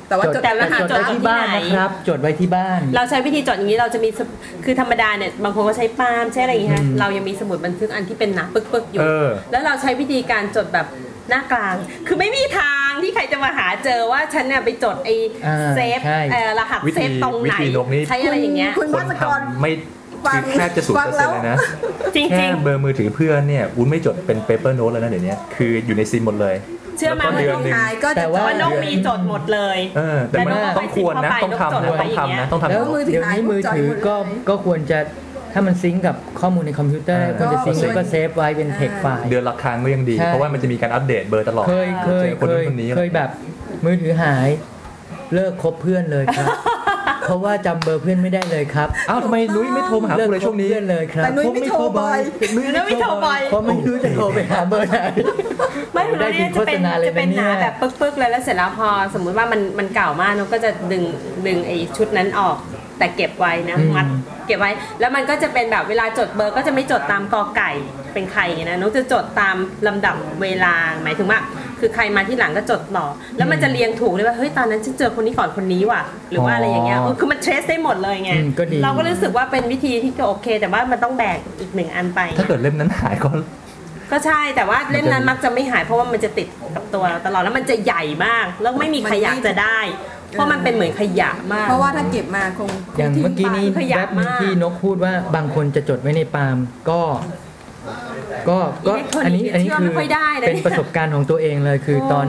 [SPEAKER 3] แต่ว่าจด
[SPEAKER 5] แต่รหัส
[SPEAKER 4] จด
[SPEAKER 5] จด
[SPEAKER 4] ไว้
[SPEAKER 5] ที่
[SPEAKER 4] ที่บ้าน
[SPEAKER 5] ไหน
[SPEAKER 4] นะครับ จดไว้ที่บ้าน
[SPEAKER 5] เราใช้วิธีจดอย่างนี้เราจะมีสมุดคือธรรมดาเนี่ยบางคนก็ใช้ปาล์มใช้อะไรอย่างเงี้ย
[SPEAKER 4] อืม
[SPEAKER 5] เรายังมีสมุดบันทึกอันที่เป็นหนาปึกๆอยู่
[SPEAKER 2] เออ
[SPEAKER 5] แล้วเราใช้วิธีการจดแบบหน้ากลาง คือไม่มีทางที่ใครจะมาหาเจอว่าฉันเนี่ยไปจดไอ้
[SPEAKER 4] อ่า
[SPEAKER 5] เซฟ
[SPEAKER 4] ใช่
[SPEAKER 5] เอ่อรหัส
[SPEAKER 2] วิธี
[SPEAKER 5] เซฟตรงไหน
[SPEAKER 2] วิธีนกนี่
[SPEAKER 5] ใช้อะไรอย่างเงี้ย
[SPEAKER 3] คุณ
[SPEAKER 2] ค
[SPEAKER 3] วั
[SPEAKER 2] น
[SPEAKER 3] สกร
[SPEAKER 2] ทำไม่คือแทบจะสูญ
[SPEAKER 3] ฟัง
[SPEAKER 2] เปอร์เซ็นต์เลย
[SPEAKER 3] แล้ว
[SPEAKER 2] นะ
[SPEAKER 5] จริง
[SPEAKER 2] แค่
[SPEAKER 5] จริง
[SPEAKER 2] เบอร์มือถือเพื่อนเนี่ยวุ้นไม่จดเป็นเปเปอร์โน้ตแล้วนะเดี๋ยวนี้คืออยู่ในซิมหมดเลย
[SPEAKER 5] ๆเชื่อไหม
[SPEAKER 2] แล้วก็
[SPEAKER 5] ว่า
[SPEAKER 2] เดือน
[SPEAKER 5] ต้
[SPEAKER 2] ห
[SPEAKER 5] อง
[SPEAKER 2] นึ่ง
[SPEAKER 3] หายก็จะ
[SPEAKER 4] แต่ว่า
[SPEAKER 5] ว่า
[SPEAKER 3] จ
[SPEAKER 5] น้อง
[SPEAKER 3] ด
[SPEAKER 5] มีจดหมดเลย
[SPEAKER 2] เออ แต่มัน
[SPEAKER 5] แล้วก็
[SPEAKER 2] ต้องควรนะ
[SPEAKER 5] ไป
[SPEAKER 2] ต้องทำนะ
[SPEAKER 5] ซิ
[SPEAKER 2] ต้อง
[SPEAKER 5] มเข้าไป
[SPEAKER 2] ทำ
[SPEAKER 5] อย่างเงี้
[SPEAKER 2] นะ
[SPEAKER 5] ย
[SPEAKER 2] ต้องทำ
[SPEAKER 4] แล้ว
[SPEAKER 2] นะ
[SPEAKER 3] มือถือ
[SPEAKER 4] เดี๋ยว
[SPEAKER 3] หาย
[SPEAKER 4] นี้มือถื
[SPEAKER 3] จ
[SPEAKER 4] อ
[SPEAKER 3] ดไว้หมดเลย
[SPEAKER 4] ก็ก็ควรจะถ้ามันซิงก์กับข้อมูลในคอมพิวเตอร์
[SPEAKER 2] อ่า
[SPEAKER 4] ควรจะซิงก์
[SPEAKER 3] ก็
[SPEAKER 4] แล้วก็เซฟไว้เป็น
[SPEAKER 3] อ่า
[SPEAKER 4] เทคไฟล์
[SPEAKER 2] เดือนละครั้งก็ยังดี
[SPEAKER 4] ใช่
[SPEAKER 2] เพราะว่ามันจะมีการอัปเดตเบอร์ตลอด
[SPEAKER 4] เคยเคย
[SPEAKER 2] จอคนนู้น
[SPEAKER 4] เคย
[SPEAKER 2] คนนี้
[SPEAKER 4] เคยแบบมือถือหาย เลิกคบเพื่อนเลยครับ เพราะว่าจำเบอร์เพื่อนไม่ได้เลยครับ
[SPEAKER 2] อ้าวทำไมนุ้ยไม่โทรมาหา
[SPEAKER 4] เลิ
[SPEAKER 2] กู
[SPEAKER 4] ก
[SPEAKER 2] เลย
[SPEAKER 4] ค
[SPEAKER 2] ช่
[SPEAKER 4] บ
[SPEAKER 2] วงนี้
[SPEAKER 4] เพื่อนเลยครับ
[SPEAKER 3] แต่นุ้ยไม่โทรบ่อย
[SPEAKER 4] นุ้ย
[SPEAKER 5] นุ้ยไม่โทรบ่อย
[SPEAKER 4] เพราะไม่รู้จะโทรไปหาเบอร์ไหน
[SPEAKER 5] ไม่หนู
[SPEAKER 4] ได้
[SPEAKER 5] เรีย
[SPEAKER 4] ยิ
[SPEAKER 5] น
[SPEAKER 4] น
[SPEAKER 5] จะเป็น
[SPEAKER 4] โฆษณาเลย
[SPEAKER 5] จะเป็น
[SPEAKER 4] นะเนี่
[SPEAKER 5] ห
[SPEAKER 4] ย
[SPEAKER 5] นาแบบปึ๊กๆเลยแล้วเสร็จแล้วพอ สมมุติว่ามันมันเก่ามากนกก็จะดึงดึงไอ้ชุดนั้นออก แต่เก็บไว้นะมัดเก็บไว้ แล้วมันก็จะเป็นแบบเวลาจดเบอร์ก็จะไม่จดตามกอไก่เป็นใครอย่างเงี้ยนะนกจะจดตามลำดับเวลาหมายถึงว่า คือใครมาที่หลังก็จดต่อ แล้วมันจะเรียงถูกเลยว่าเฮ้ยตอนนั้นฉันเจอคนนี้ก่อนคนนี้ว่ะหรือว่าอะไรอย่างเงี้ย
[SPEAKER 4] อ๋อ
[SPEAKER 5] เออคือมันเทรสได้หมดเลยไง
[SPEAKER 4] อืมก็ดี
[SPEAKER 5] เราก็รู้สึกว่าเป็นวิธีที่ก็โอเค แต่ว่ามันต้องแบกอีกหนึ่งอันไป
[SPEAKER 2] ถ้าเกิดเล่มนั้น หายก็
[SPEAKER 5] ก็ใช่แต่ว่าเล่มนั้นมักจะไม่หายเพราะว่ามันจะติดกับตัวเราตลอดแล้วมันจะใหญ่มาก แล้วไม่มีใครอยากจะได้ เพราะมันเป็นเหมือนขยะมาก
[SPEAKER 3] เพราะว่าถ้าเก็บมาคงค
[SPEAKER 4] อย่าง
[SPEAKER 3] ทิ้
[SPEAKER 4] เมื่อกี้นี้
[SPEAKER 3] ไป
[SPEAKER 5] ขยะ
[SPEAKER 4] แวบหนึง
[SPEAKER 5] มาก
[SPEAKER 4] ที่นกพูดว่าบางคนจะจดไว้ในปาล์มก็ ก็ก็
[SPEAKER 5] อิเล็กทรอนิกส์
[SPEAKER 4] อันนี้อันนี้
[SPEAKER 5] เชื่อ
[SPEAKER 4] คื
[SPEAKER 5] ไม่
[SPEAKER 4] อ
[SPEAKER 5] ค่อยได้นะ
[SPEAKER 4] เป็นประสบการณ์ของตัวเองเลยคือ
[SPEAKER 5] โอ้
[SPEAKER 4] ตอน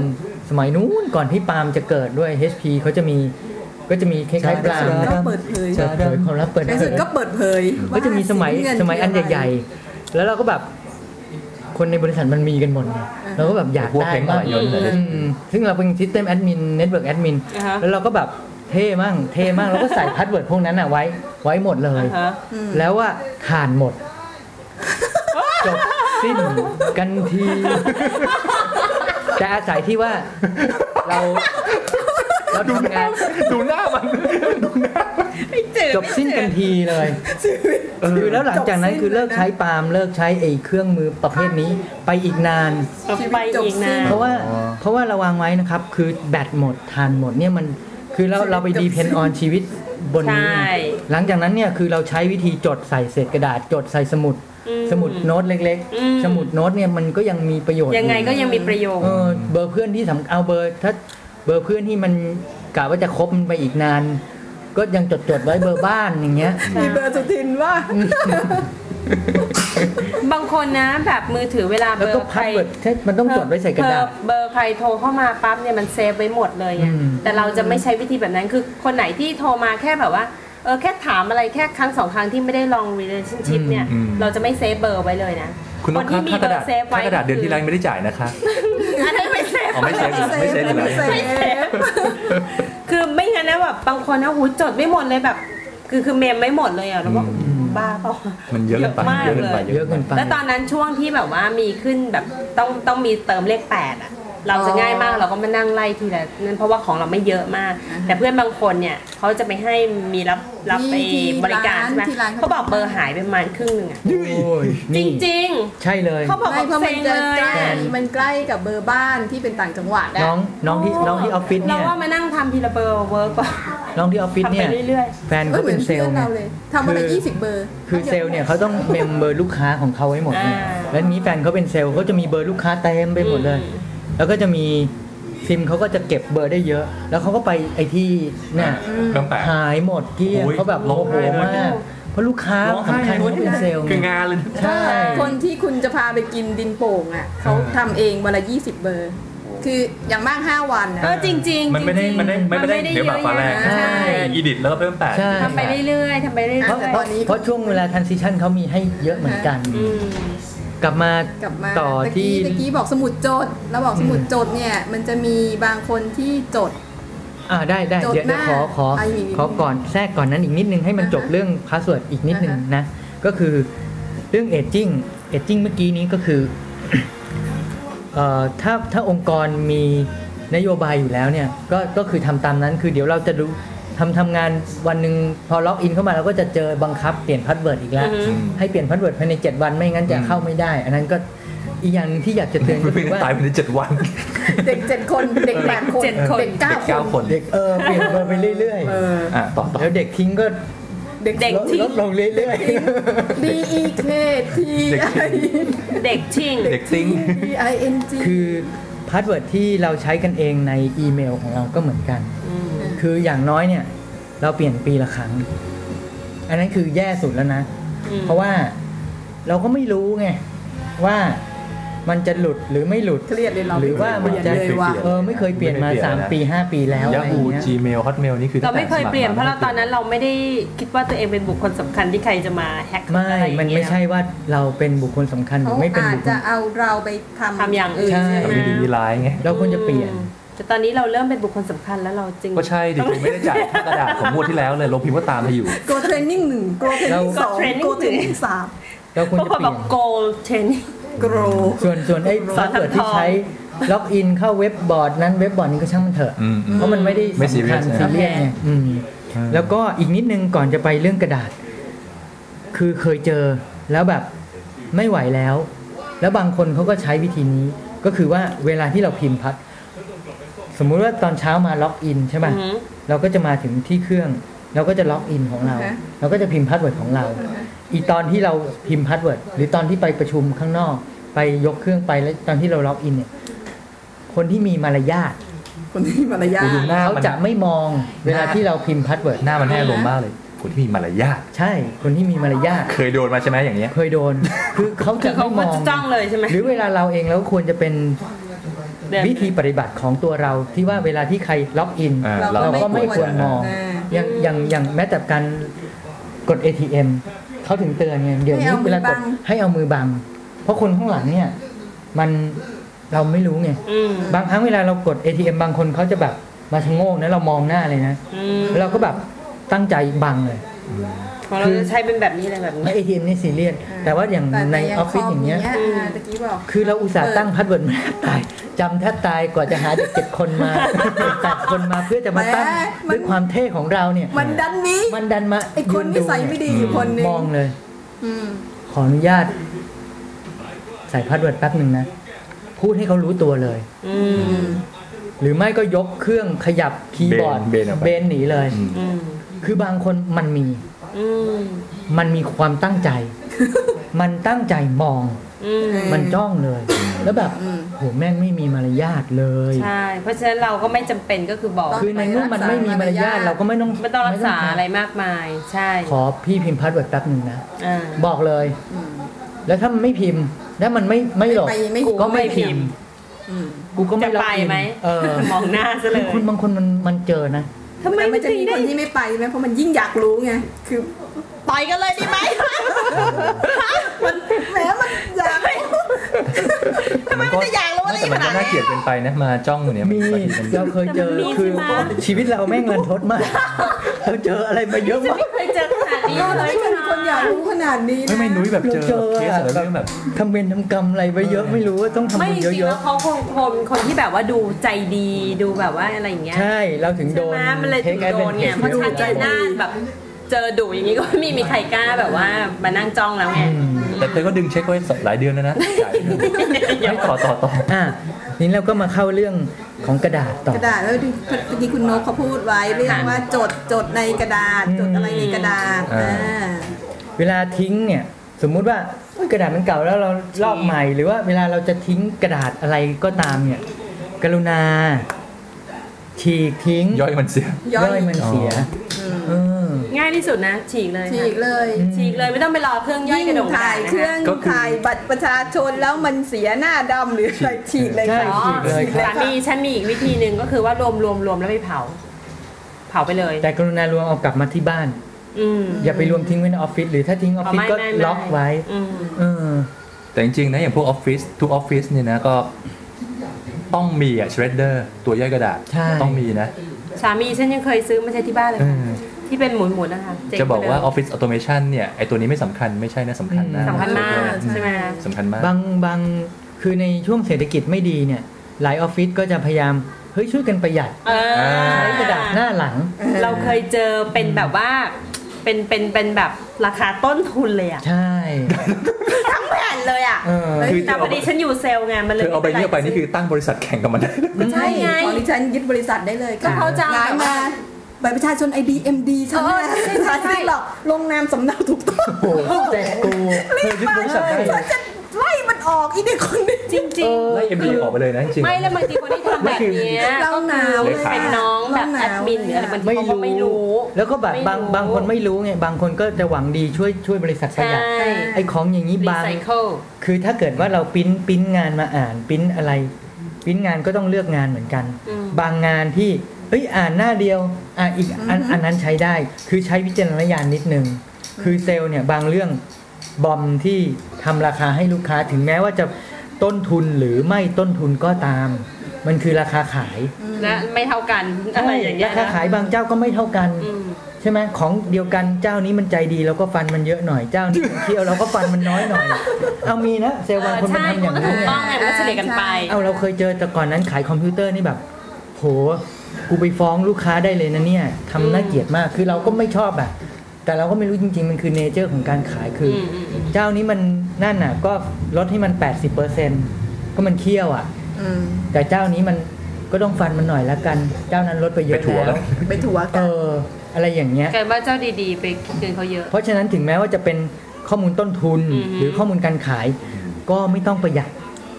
[SPEAKER 4] สมัยนู้นก่อนที่ปาล์มจะเกิดด้วย HP เขาจะมีก็จะมีคล้ายๆปาล์ม
[SPEAKER 3] ก็เปิดเผย
[SPEAKER 4] เปิดเผยความลับเปิด
[SPEAKER 3] ใน
[SPEAKER 4] เผ
[SPEAKER 3] สุด
[SPEAKER 4] ย
[SPEAKER 3] ก็เปิดเผย
[SPEAKER 4] ก็จะมีสมัย
[SPEAKER 3] ว่าเงิ
[SPEAKER 4] สมัยอันใหญ่ๆ แล้วเราก็แบบ คนในบริษัทมันมีกันหมดไงเราก็แบบอยาก
[SPEAKER 2] พวก
[SPEAKER 4] ได้
[SPEAKER 2] แก๊ง
[SPEAKER 4] มาก
[SPEAKER 2] หลายคนเลย
[SPEAKER 4] อืมซึ่งเราเป็นซิสเต็มแอดมินเน็ตเวิร์กแอดมิน
[SPEAKER 5] อ่าฮะ
[SPEAKER 4] แล้วเราก็แบบเท่มั่งเท่มั่งเราก็ใส่พาสเวิร์ดพวกนั้นอะไว้ไว้หมดเลย
[SPEAKER 5] ฮะ
[SPEAKER 3] อืม
[SPEAKER 4] แล้วว่าผ่านหมด จบสิ้นกันทีแต่อาศัยที่ว่าเราเราทำงาน
[SPEAKER 2] ดูหน้ามัน ดูหน้า
[SPEAKER 5] ไม่เจอ
[SPEAKER 4] จบสิ้นกันทีเลย
[SPEAKER 3] ชีวิต
[SPEAKER 4] คือแล้วหลังจากนั้นคือเลิกใช้ปาล์มเลิกใช้ไอ้เครื่องมือประเภทนี้ไปอีกนาน
[SPEAKER 5] ไปอีกนะ
[SPEAKER 4] เพราะว่าเพราะว่าระวังไว้นะครับ คือแบตหมดทานหมดเนี่ยมันคือเราเราไปดีเพนออนชีวิตบนนี้
[SPEAKER 5] ใช่
[SPEAKER 4] หลังจากนั้นเนี่ยคือเราใช้วิธีจดใส่เศษกระดาษจดใส่สมุด
[SPEAKER 5] อืม
[SPEAKER 4] สมุดโน้ตเล็ก
[SPEAKER 5] อืม
[SPEAKER 4] ๆ สมุดโน้ตเนี่ยมันก็ยังมีประโยชน์อ
[SPEAKER 5] ยังไงก็ยังมีประโยชน์
[SPEAKER 4] เออเบอร์เพื่อนที่สำเอาเบอร์ถ้าเบอร์เพื่อนที่มันกะว่าจะคบมันไปอีกนาน ก็ยังจดจดๆไว้เบอร์บ้านอย่างเงี้ย
[SPEAKER 3] มีเบอร์สุทินว่า
[SPEAKER 5] บางคนนะ แบบมือถือเวลาเบ
[SPEAKER 4] แล้ว
[SPEAKER 5] อ
[SPEAKER 4] ก็
[SPEAKER 5] ร์ใค
[SPEAKER 4] พาร สเวิร์ดถ้ามันต้องจดไว้ใส่กระดาษ
[SPEAKER 5] เบอเบอร์ใครโทรเข้ามาปั๊บเนี่ยมันเซฟไว้หมดเลยไง
[SPEAKER 4] อืม
[SPEAKER 5] แต่เราจะไม่ใช้วิธีแบบนั้นคือคนไหนที่โทรมาแค่แบบว่าเออแค่ถามอะไรแค่ครั้งสองครั้งที่ไม่ได้ลอง relationship เนี่ย
[SPEAKER 2] อืม
[SPEAKER 5] เราจะไม่เซฟเบอร์ไว้เลยนะ
[SPEAKER 2] คุณนกครับ
[SPEAKER 5] ที่มี
[SPEAKER 2] ค่าก
[SPEAKER 5] เบ
[SPEAKER 2] ระดาษ
[SPEAKER 5] อร์เซฟไว้
[SPEAKER 2] ค่ากระดาษเดือนที่แล้วยังไม่ได้จ่ายนะคะ
[SPEAKER 5] อันนั้นไม่เซฟ
[SPEAKER 2] อ๋อไม่เซฟเหรอไม่เซฟอยู่แล้ว
[SPEAKER 3] ไม่เซฟ
[SPEAKER 5] ไม่เซฟคือไม่งั้นนะแบบบางคนนะหูจดไม่หมดเลยแบบ คือคือเมมไม่หมดเลยอ่ะแล้วก็โอ้โห
[SPEAKER 3] บ้าเขา
[SPEAKER 2] มันเยอะเกินไป
[SPEAKER 5] เยอะมาก
[SPEAKER 2] เยอะเกินไป
[SPEAKER 5] เลย
[SPEAKER 4] เยอะเกินไป
[SPEAKER 5] แล้วตอนนั้นช่วงที่แบบว่ามีขึ้นแบบต้องต้องมีเติมเลขแปดอ่ะ เราจะง่ายมากเราก็มานั่งไล่ทีละนั่นเพราะว่าของเราไม่เยอะมาก แต่เพื่อนบางคนเนี่ยเขาจะไปให้มีรับรับไปบริการใช่ไหมเขาบอกเบอร์หายไปประมาณครึ่งหนึ่งอ่ะ
[SPEAKER 4] โอ้ย
[SPEAKER 5] จ
[SPEAKER 4] นี่
[SPEAKER 5] ริง
[SPEAKER 4] ใช่เลย
[SPEAKER 5] ๆเขาบอก
[SPEAKER 3] ไม่
[SPEAKER 5] ว่า
[SPEAKER 3] เพราะมั
[SPEAKER 5] เซ็
[SPEAKER 3] น
[SPEAKER 5] ง
[SPEAKER 3] จะ
[SPEAKER 5] เลย
[SPEAKER 3] ใกล้
[SPEAKER 5] อะ
[SPEAKER 3] มันใกล้กับเบอร์บ้านที่เป็นต่างจังหวัดะ
[SPEAKER 4] น้องน้องที่น้องที่ออฟฟิศเนี่ย
[SPEAKER 5] เราว่ามานั่งทำทีละเบอร์เวิร์กกว่า
[SPEAKER 4] น้องที่ออฟฟิศ
[SPEAKER 5] ทำ
[SPEAKER 4] เนี่
[SPEAKER 5] ไป
[SPEAKER 4] ย
[SPEAKER 5] เรื่อย
[SPEAKER 4] แฟนเขาเป็นเซลล์ไง
[SPEAKER 3] เราเลยทำอะไร
[SPEAKER 4] คือ
[SPEAKER 3] 20 เบอร์
[SPEAKER 4] คือเซลล์เนี่ยเขาต้องเมมเบอร์ลูกค้าของเขาไว้หมดเนี่ยแล้วนี้แฟนเขาเป็นเซลล์เขาจะมีเบอร์ลูกค้าเต็มไปหมดเลย แล้วก็จะมีซิมเขาก็จะเก็บเบอร์ได้เยอะ แล้วเขาก็ไปไอที่เนี่ย
[SPEAKER 2] เครื่องแปะ
[SPEAKER 4] หายหมดเกลี้ยง
[SPEAKER 2] โอ้ย
[SPEAKER 4] เขาแบบ
[SPEAKER 2] ร้
[SPEAKER 4] โอ้
[SPEAKER 2] อง
[SPEAKER 4] โห
[SPEAKER 2] ไห้เลย
[SPEAKER 4] มากเพราะลูกค้า
[SPEAKER 2] ร้องไห้
[SPEAKER 4] สำคัญ
[SPEAKER 2] เลย
[SPEAKER 4] เขาเป็นเซลล์
[SPEAKER 1] คืองานเลย
[SPEAKER 4] ใช่
[SPEAKER 3] คนที่คุณจะพาไปกินดินโป่งอ่ะเขาทำเองวันละ 20 เบอร์ คืออย่างมาก 5 วัน
[SPEAKER 5] ๆ
[SPEAKER 3] นะ
[SPEAKER 5] เออจริงๆจริงๆ
[SPEAKER 2] มันไม่ได้มันไม่ได้ไม่ได้เดี๋ยวแบบฟ้าแรง
[SPEAKER 3] ใช่
[SPEAKER 2] อีดิทแล้วก็เพิ่มแปะ
[SPEAKER 4] ใช่
[SPEAKER 5] ทำไปเรื่อยๆทำไปเรื่อย
[SPEAKER 3] เพราะ
[SPEAKER 5] ๆ
[SPEAKER 4] เพราะเพราะช่วงเวลาทันซิชันเขามีให้เยอะเหมือนกัน
[SPEAKER 5] อืม
[SPEAKER 4] กลับมาก
[SPEAKER 3] ลับมา
[SPEAKER 4] ต่อ
[SPEAKER 3] ตะ
[SPEAKER 4] ที่
[SPEAKER 3] กี้ตะกี้บอกสมุดจด แล้วบอกสมุดจดเนี่ย มันจะมีบางคนที่จด
[SPEAKER 4] อ่าได้ได้
[SPEAKER 3] จด
[SPEAKER 4] เดี๋ยว
[SPEAKER 3] ห
[SPEAKER 4] เดี๋ย
[SPEAKER 3] น้าว
[SPEAKER 4] ขอขอ
[SPEAKER 3] ไอ้นี่
[SPEAKER 4] ขอก่อนแทรกก่อนนั้นอีกนิดนึงให้มัน
[SPEAKER 3] อ่าฮะ
[SPEAKER 4] จบเรื่องพาสเวิร์ดอีกนิดนึง
[SPEAKER 3] อ่าฮะ
[SPEAKER 4] นะ ก็คือเรื่องเอจจิ้งเอจจิ้งเมื่อกี้นี้ก็คือ เอ่อถ้าถ้าองค์กรมีนโยบายอยู่แล้วเนี่ยก็ก็คือทำตามนั้นคือเดี๋ยวเราจะรู้ทำทำงานวันหนึ่งพอล็อกอินเข้ามาเราก็จะเจอบังคับเปลี่ยนพาสเวิร์ดอีกแล้ว
[SPEAKER 5] อือฮึ
[SPEAKER 4] ให้เปลี่ยนพาสเวิร์ดภายใน 7 วันไม่งั้นจะเข้าไม่ได้ อันนั้นก็อีกอย่างหนึ่งที่อยากจะเตือนก็
[SPEAKER 2] ไม่
[SPEAKER 4] คือ
[SPEAKER 2] ได้
[SPEAKER 4] ว่า
[SPEAKER 2] ตายภายในเจ็ดวัน
[SPEAKER 3] เด็ก 7 คนเด็ก 8 คน
[SPEAKER 5] เจ็ดคน
[SPEAKER 3] เด็ก
[SPEAKER 2] เด็กเก้า
[SPEAKER 3] 9
[SPEAKER 2] ค
[SPEAKER 3] คน
[SPEAKER 2] น
[SPEAKER 4] เด็กเออเปลี่ยนเบอร์ไปเรื่อย
[SPEAKER 3] เออ
[SPEAKER 2] อ่ะต่อ
[SPEAKER 4] ๆ
[SPEAKER 2] ต่อ
[SPEAKER 4] แล้วเด็กทิ้งก็
[SPEAKER 5] เด็กทิ้ง
[SPEAKER 4] ลดลงเรื่อย
[SPEAKER 3] D E K T I
[SPEAKER 5] เด็กทิ้ง
[SPEAKER 2] เด็กซิง
[SPEAKER 3] D I N G
[SPEAKER 4] ๆ คือพาสเวิร์ดที่เราใช้กันเองในอีเมลของเราก็เหมือนกัน
[SPEAKER 5] ม
[SPEAKER 4] คืออย่างน้อยเนี่ย เราเปลี่ยนปีละครั้ง อันนั้นคือแย่สุดแล้วนะ
[SPEAKER 5] ม
[SPEAKER 4] เพราะว่าเราก็ไม่รู้ไง ว่ามันจะหลุดหรือไม่หลุด
[SPEAKER 3] เครียดเลยเรา
[SPEAKER 4] หรือว่ามันจะ
[SPEAKER 3] เครียดเลยว่ะ
[SPEAKER 4] เออไม่เคยเปลี่ยนมา
[SPEAKER 2] ไม่เคยเปลี่ยนนะ
[SPEAKER 4] 3 ปี 5 ปีแล้ว
[SPEAKER 2] ยา
[SPEAKER 4] อะไรอ
[SPEAKER 2] ฮู
[SPEAKER 4] ย่างเงี้ย
[SPEAKER 2] จีเมลฮอตเมลนี่คือ
[SPEAKER 5] เราไม่เคย
[SPEAKER 2] ตั้งแต่สค
[SPEAKER 5] เปลี่ยนเพราะเราตอน
[SPEAKER 2] ม
[SPEAKER 5] นั้นเราไม่ได้คิดว่าตัวเองเป็นบุคคลสำคัญที่ใครจะมาแฮก
[SPEAKER 4] ไม่
[SPEAKER 5] อะรอย่างเงี้ย
[SPEAKER 4] มันไม่ใช่ว่าเราเป็นบุคคลสำคัญหรื
[SPEAKER 3] เขา
[SPEAKER 4] อไม่เป็น
[SPEAKER 3] อาจ
[SPEAKER 4] บุคค
[SPEAKER 3] จะ
[SPEAKER 4] ล
[SPEAKER 3] เอาเราไปทำ
[SPEAKER 5] ทำอย่างอื่น
[SPEAKER 4] ใช่
[SPEAKER 3] ใช่
[SPEAKER 2] แต่
[SPEAKER 3] ไหม
[SPEAKER 2] ไม่ดีร้ายไง
[SPEAKER 4] เราควรจะเปลี่ยน
[SPEAKER 5] อืมแต่ตอนนี้เราเริ่มเป็นบุคคลสำคัญแล้วเราจริง
[SPEAKER 2] ก็ใช่ดิผมไม่ได้จ่ายค่ากระดาษของงวดที่แล้วเลยลงพิมพ์ว่าตามไปอยู่
[SPEAKER 3] โกเทรนนิ่งหนึ่งโกเทรนนิ่งสองโกเทรนนิ่งสาม
[SPEAKER 4] เราควร
[SPEAKER 5] เพราะ
[SPEAKER 4] จะ
[SPEAKER 5] คน
[SPEAKER 4] เป
[SPEAKER 5] บ
[SPEAKER 4] ลี่
[SPEAKER 5] อย
[SPEAKER 4] น
[SPEAKER 5] กโกลเชน
[SPEAKER 3] โกร
[SPEAKER 4] ส่วนส่วนไอ้
[SPEAKER 5] สอ
[SPEAKER 4] พาน ส
[SPEAKER 5] ทำ
[SPEAKER 4] เวิร์ดที่
[SPEAKER 5] ทอง
[SPEAKER 4] ใช้ ล็อกอินเข้าเว็บบอร์ดนั้นเว็บบอร์ดนี้ก็ช่างมันเถอะ
[SPEAKER 2] อืม
[SPEAKER 4] เพราะมันไม่ได้
[SPEAKER 2] ไม่
[SPEAKER 4] สำคัญ
[SPEAKER 2] serious
[SPEAKER 4] ซีเรียสไงอืม
[SPEAKER 2] อืม
[SPEAKER 4] แล้วก็อีกนิดนึงก่อนจะไปเรื่องกระดาษ คือเคยเจอแล้วแบบไม่ไหวแล้ว แล้วบางคนเขาก็ใช้วิธีนี้ ก็คือว่าเวลาที่เราพิมพ์พัด สมมุติว่าตอนเช้ามาล็อกอินใช่ป่ะ เราก็จะมาถึงที่เครื่อง เราก็จะล็อกอินของเรา
[SPEAKER 3] ค่ะ
[SPEAKER 4] เราก็จะพิมพ์พาสเวิร์ดของเรา อีตอนที่เราพิมพ์พาสเวิร์ดหรือตอนที่ไปประชุมข้างนอก ไปยกเครื่องไปแล้วตอนที่เราล็อกอินเนี่ย คนที่มีมารยาท
[SPEAKER 3] คนที่มารยาท
[SPEAKER 2] ดูหน้า
[SPEAKER 4] เขา
[SPEAKER 2] มัน
[SPEAKER 4] จะไม่มองเวลาที่เราพิมพ์พาสเวิร์ด
[SPEAKER 2] หน้ามันให้อารมณ์มากเลย คนที่มีมารยาท
[SPEAKER 4] ใช่ คนที่มีมารยาท
[SPEAKER 2] เคยโดนมาใช่ไหมอย่างเงี้ย
[SPEAKER 4] เคยโดน คือเขา
[SPEAKER 5] คื
[SPEAKER 4] จะ
[SPEAKER 5] อเขา
[SPEAKER 4] ไม่ม
[SPEAKER 5] ก็
[SPEAKER 4] อง
[SPEAKER 5] จะจ้องเลยใช่ไหม
[SPEAKER 4] หรือเวลาเราเองเราก็ควรจะเป็น
[SPEAKER 5] เดิน
[SPEAKER 4] วิธีปฏิบัติของตัวเราที่ว่าเวลาที่ใครล็อกอิน
[SPEAKER 2] อ่า
[SPEAKER 4] เราก็ไม่ควรมอง
[SPEAKER 3] อ่า
[SPEAKER 4] อย่างอย่างอย่างแม้แต่การกด ATM เขาถึงเตือนไงเดี๋ยว
[SPEAKER 3] ให้
[SPEAKER 4] นี้
[SPEAKER 3] เอามือ
[SPEAKER 4] เวลาก
[SPEAKER 3] บั
[SPEAKER 4] ด
[SPEAKER 3] ง
[SPEAKER 4] ให้เอามือบัง เพราะคนข้างหลังเนี่ย มันเราไม่รู้ไง
[SPEAKER 5] อืม
[SPEAKER 4] บางครั้งเวลาเรากด ATM บางคนเขาจะแบบมาชะโงกนะเรามองหน้าเลยนะ
[SPEAKER 5] อืม
[SPEAKER 4] แล้วเราก็แบบตั้งใจบังเลย
[SPEAKER 5] ของเราจะใช้เป็นแบบนี้เลยแบบ
[SPEAKER 4] แล้ว
[SPEAKER 5] นี้
[SPEAKER 4] ATM นี่ซีเรียสแต่ว่าอย่าง
[SPEAKER 3] แต่
[SPEAKER 4] ใน
[SPEAKER 3] ยั
[SPEAKER 4] ออฟฟิศอย่างเงี้ย
[SPEAKER 3] คมอ่าตะกี้บอก
[SPEAKER 4] คือเราอุตส่าห์ตั้งพัดเวิร์ดมาแทบตายจำแทบตายกว่าจะหาเด็กเจ็ ดคนมาเจ็ดแปดคนมาเพื่อจะมาตั้งด้วยความเท่ของเราเนี่ย
[SPEAKER 3] มันดันมี
[SPEAKER 4] มันดันมา
[SPEAKER 3] ไอคนนิ
[SPEAKER 4] ยืดู
[SPEAKER 3] สัยไม่ดีอยู่คนนึง
[SPEAKER 4] มองเลย
[SPEAKER 3] อืม
[SPEAKER 4] ขออนุญาต ใส่พาสเวิร์ดแป๊บหนึ่งนะ พูดให้เขารู้ตัวเลย
[SPEAKER 5] อืม
[SPEAKER 3] อืม
[SPEAKER 4] หรือไม่ก็ยกเครื่องขยับคีย์บอร์ด
[SPEAKER 2] เบนเบนออกไป
[SPEAKER 4] นหนีเลย
[SPEAKER 2] อืม
[SPEAKER 5] อืม
[SPEAKER 4] คือบางคนมันมี
[SPEAKER 5] อืม
[SPEAKER 4] มันมีความตั้ งใจ มันตั้งใจมอง
[SPEAKER 5] อืม
[SPEAKER 4] มันจ้องเลย แล้วแบบ
[SPEAKER 3] อืม
[SPEAKER 4] โหแม่งไม่มีมารยาทเลย
[SPEAKER 5] ใช่ เพราะฉะนั้นเราก็ไม่จำเป็นก็คือบอก
[SPEAKER 3] ต้อง
[SPEAKER 4] คือในเมื่อมันไม่มีมารยาทเราก็ไม่ต้อง
[SPEAKER 5] ไม่ต้องรักษา
[SPEAKER 4] ม่ต้ง
[SPEAKER 5] อะไรมากมายใช่
[SPEAKER 4] ขอพี่พิมพ์พาสเวิร์ดแป๊บหนึ่งนะ
[SPEAKER 5] อ่า
[SPEAKER 4] บอกเลย
[SPEAKER 3] อืม
[SPEAKER 4] แล้วถ้ามันไม่พิมพ์ แล้วมันไม่ไม่หลบ
[SPEAKER 3] ไม่ไปไม่
[SPEAKER 4] ก็ไม่พิมพ์
[SPEAKER 3] อืม
[SPEAKER 4] กูก็ไม่
[SPEAKER 5] จะ
[SPEAKER 4] ล็อก
[SPEAKER 5] ไป
[SPEAKER 4] อิน
[SPEAKER 5] ไหม
[SPEAKER 4] เออ
[SPEAKER 5] มองหน้าซะเล
[SPEAKER 4] คือยคนบางคนมันมันเจอนะ
[SPEAKER 5] ทำไม
[SPEAKER 3] แต่
[SPEAKER 5] มั
[SPEAKER 3] มัน นจะ
[SPEAKER 5] ถึง
[SPEAKER 3] มี
[SPEAKER 5] ได้
[SPEAKER 3] คนที่ไม่ไปใช่ไหมเพราะมันยิ่งอยากรู้ไง คือ
[SPEAKER 5] ต่อยกันเลยดีไหม
[SPEAKER 3] มันแหมมันอยากรู้
[SPEAKER 2] แต่มันก็แต่มันก็น่าเกลียดเกินไปนะมาจ้องเนี่ย
[SPEAKER 4] มี
[SPEAKER 2] บางทีมัน
[SPEAKER 4] เราเคยเจอ
[SPEAKER 5] มันมี
[SPEAKER 4] คือ
[SPEAKER 5] ใช่ไหม
[SPEAKER 4] ชีวิตเราแม่งเงินทดมาก เราเจออะไรมาเยอะมาก
[SPEAKER 5] ไม่เคยเจอขนาดนี้
[SPEAKER 3] เรา
[SPEAKER 5] เล
[SPEAKER 3] ไม่
[SPEAKER 5] ย
[SPEAKER 3] เคยมีคนอยาก ากรู้ขนาดนี้
[SPEAKER 2] ไม่ไม่นุ้ยแบบเจอ
[SPEAKER 4] เจอ
[SPEAKER 2] เคสอะไร
[SPEAKER 4] แบบ
[SPEAKER 2] ที่แบบ
[SPEAKER 4] ทำเวรทำกรรมอะไรไว้เยอะไม่รู้ว่าต้องทำ
[SPEAKER 5] ไม่
[SPEAKER 4] บุญ
[SPEAKER 5] จริง
[SPEAKER 4] เยอะ
[SPEAKER 5] ๆแล้วเขาคงคนคนที่แบบว่าดูใจดีดูแบบว่าอะไรอย่างเงี้
[SPEAKER 4] ๆ
[SPEAKER 5] ย
[SPEAKER 4] ใช่ เราถึงโดน
[SPEAKER 5] ใช่ไหมมันเลยถึง
[SPEAKER 4] take
[SPEAKER 5] โดนไง
[SPEAKER 4] advantage
[SPEAKER 5] เพราะฉันเนี่ยหน้าแบบเจอดุอย่างนี้ก็ไม่มีใครกล้าแบบว่ามานั่งจ้องแล้วไง
[SPEAKER 4] อืม
[SPEAKER 2] แต่เธอก็ดึงเช็คไว้หลายเดือนแล้วนะจ่ายไม่ต่อต่อต่อ
[SPEAKER 4] อ่ะนี้เราก็มาเข้าเรื่องของกระดาษต่อ
[SPEAKER 3] กระดาษแล้วดิเมื่อกี้คุณนกเขาพูดไว้เรื่องว่าจดจดในกระดาษ
[SPEAKER 4] อืม
[SPEAKER 3] จดอะไรในกระดาษ
[SPEAKER 2] อ่า
[SPEAKER 3] อ่า
[SPEAKER 4] เวลาทิ้งเนี่ย สมมุติว่าอุ๊ยกระดาษมันเก่าแล้วเราลอกใหม่ หรือว่าเวลาเราจะทิ้งกระดาษอะไรก็ตามเนี่ย กรุณา ฉีกทิ้ง
[SPEAKER 2] ย่อยมันเสีย
[SPEAKER 3] ย่อย
[SPEAKER 4] มันเสียเออ
[SPEAKER 5] ง่ายที่สุดนะ ฉีกเลย
[SPEAKER 3] ฉีกเลย
[SPEAKER 4] อืม
[SPEAKER 5] ฉีกเลยไม่ต้องไปรอเครื่องย่อย
[SPEAKER 3] ยิ่
[SPEAKER 5] กระ
[SPEAKER 3] ง
[SPEAKER 5] ดง
[SPEAKER 3] ถ่าย
[SPEAKER 5] นะ
[SPEAKER 3] เครื่อ
[SPEAKER 5] คะ
[SPEAKER 3] ง
[SPEAKER 2] ก็คือ
[SPEAKER 3] ถ่ายบัตรประชาชนแล้วมันเสียหน้าดำหรืออะไรฉีกเลย
[SPEAKER 4] ใช่
[SPEAKER 3] ค่ะ
[SPEAKER 5] อ๋อ
[SPEAKER 4] ฉีกเลยครับ
[SPEAKER 5] สามีฉันมีอีกวิธีหนึ่งก็คือว่ารวมรวมรวมแล้วไปเผา เผาไปเลย
[SPEAKER 4] แต่กรุณารวมเอากลับมาที่บ้าน
[SPEAKER 5] อืม
[SPEAKER 4] อย่าไปรวมทิ้งไว้ในออฟฟิศหรือถ้าทิ้งออฟฟิศ
[SPEAKER 5] ไม่
[SPEAKER 4] ก็
[SPEAKER 5] ไม่
[SPEAKER 4] ล็อกไว้
[SPEAKER 5] อืม
[SPEAKER 4] เออ
[SPEAKER 2] แต่จริงๆนะอย่างพวกออฟฟิศทุกออฟฟิศเนี่ยนะก็ต้องมีอะ shredder ตัวย่อยกระดาษ
[SPEAKER 4] ใช่
[SPEAKER 2] ต้องมีนะ
[SPEAKER 5] สามีฉันยังเคยซื้อมาใช้ที่บ้านเลย
[SPEAKER 2] เอ
[SPEAKER 5] ค่ะ
[SPEAKER 2] อ
[SPEAKER 5] ที่เป็นหมุนๆนะคะเง
[SPEAKER 2] จะบอกว่า
[SPEAKER 5] เดิ
[SPEAKER 2] อ
[SPEAKER 5] ม
[SPEAKER 2] อฟฟิศออโตเมชันเนี่ยไอตัวนี้ไม่สำคัญไม่ใช่นะสำคัญนะ
[SPEAKER 5] สำคัญมาก
[SPEAKER 3] เออใช่
[SPEAKER 5] ใช่ไหม
[SPEAKER 2] สำคัญมาก
[SPEAKER 4] บางบางคือในช่วงเศรษฐกิจไม่ดีเนี่ย หลายออฟฟิศก็จะพยายามเฮ้ยช่วยกันประหยัด
[SPEAKER 5] เออ
[SPEAKER 2] ใช้
[SPEAKER 4] กระดาษหน้าหลัง
[SPEAKER 5] เราเคยเจอเป็นแบบว่าเป็นเป็นเป็นแบบราคาต้นทุนเลยอะ
[SPEAKER 4] ใช่
[SPEAKER 5] ทั้งแผ่นเลยอะ
[SPEAKER 4] เออ
[SPEAKER 5] แต่พอดีฉันอยู่เซลล์ไงมันเลย
[SPEAKER 2] เธอเอาไป
[SPEAKER 5] ม่
[SPEAKER 2] เยอะไปนี่คือตั้งบริษัทแข่งกับมันได้
[SPEAKER 3] ใช่ไงของดิฉันยึดบริษัทได้เลย
[SPEAKER 5] ก็
[SPEAKER 3] ค่ะ
[SPEAKER 5] เขาจะ
[SPEAKER 3] ย้ายมาบัตรประชาชน IDMD ฉัน
[SPEAKER 5] เออ
[SPEAKER 3] นะ
[SPEAKER 5] ใช่ใช่
[SPEAKER 3] ฉัน
[SPEAKER 5] ใช่
[SPEAKER 3] ไม่หรอกลงนามสำเนาถูกต้อง
[SPEAKER 4] โอ้โหแต่กู
[SPEAKER 2] เธอยึดบริษัทได้
[SPEAKER 3] ฉันจะไล่มันออกอีเด็กคนนี้
[SPEAKER 5] จริงจริง
[SPEAKER 2] ไล่เอ็มดีออกไปเลยนะจริงๆ
[SPEAKER 5] ไม่แล้วบางทีคนที่ทำแบบเนี้ย
[SPEAKER 3] เราหนาว
[SPEAKER 2] เลยค่ะ
[SPEAKER 5] เป็นน้องแบบแอดมินหรืออะไรบางทีเขาก็ไม่รู้
[SPEAKER 4] แล้วก็แบบบาง
[SPEAKER 5] ไม่รู้
[SPEAKER 4] บางคนไม่รู้ไงบางคนก็จะหวังดีช่วยช่วยบริษัทประ
[SPEAKER 5] ใช่
[SPEAKER 4] หยัดไอ้ของอย่างนี้
[SPEAKER 5] รี
[SPEAKER 4] บาง
[SPEAKER 5] ไซเคิล
[SPEAKER 4] คือถ้าเกิดว่าเราปริ้นปริ้นงานมาอ่านปริ้นอะไรปริ้นงานก็ต้องเลือกงานเหมือนกัน บางงานที่เอ้ยอ่านหน้าเดียวอ่านอีกอันอันนั้นใช้ได้ คือใช้วิจารณญาณนิดนึง คือเซลล์เนี่ยบางเรื่องบอมที่ทำราคาให้ลูกค้าถึงแม้ว่าจะต้นทุนหรือไม่ต้นทุนก็ตาม มันคือราคาขาย
[SPEAKER 5] และไม่เท่ากันอะไรอย่างเงี้ย
[SPEAKER 4] ราคาขายบางเจ้าก็ไม่เท่ากัน
[SPEAKER 5] อืม
[SPEAKER 4] ใช่ไหมของเดียวกันเจ้านี้มันใจดีเราก็ฟันมันเยอะหน่อยเจ้านี้มันเคี้ยวเราก็ฟันมันน้อยหน่อย เอามีนะเซลล์บางคนมัน
[SPEAKER 5] ใช่
[SPEAKER 4] ทำอย่าง
[SPEAKER 5] มันก็
[SPEAKER 4] นี้
[SPEAKER 5] ถู
[SPEAKER 4] นไง
[SPEAKER 5] กต้องไงมันก็เฉลี่ยกันไป
[SPEAKER 4] เอาเราเคยเจอแต่ก่อนนั้นขายคอมพิวเตอร์นี่แบบ โหกูไปฟ้องลูกค้าได้เลยนะเนี่ยทำน่าเกลียดมากคือเราก็ไม่ชอบอะแต่เราก็ไม่รู้จริง ๆ มันคือเนเจอร์ของการขายคืออ
[SPEAKER 5] มอืมอืม
[SPEAKER 4] เจ้านี้มันนั่นน่ะ ก็ลดให้มัน 80%ก็มันเคี้ยวอ่ะ แต่เจ้านี้มันก็ต้องฟันมันหน่อยละกัน เจ้านั้นลดไปเยอะ
[SPEAKER 2] ไปถั่ว
[SPEAKER 4] แล้
[SPEAKER 2] แล้ว ว
[SPEAKER 3] ไปถัว
[SPEAKER 4] เอ
[SPEAKER 3] กัน
[SPEAKER 4] ออะไรอย่างเงี้ย
[SPEAKER 5] กลายว่าเจ้าดีๆ ไปเกินเขาเยอะ
[SPEAKER 4] เพราะฉะนั้นถึงแม้ว่าจะเป็นข้อมูลต้นทุน
[SPEAKER 5] อืม
[SPEAKER 4] หรือข้อมูลการขาย ก็ไม่ต้องประหยัด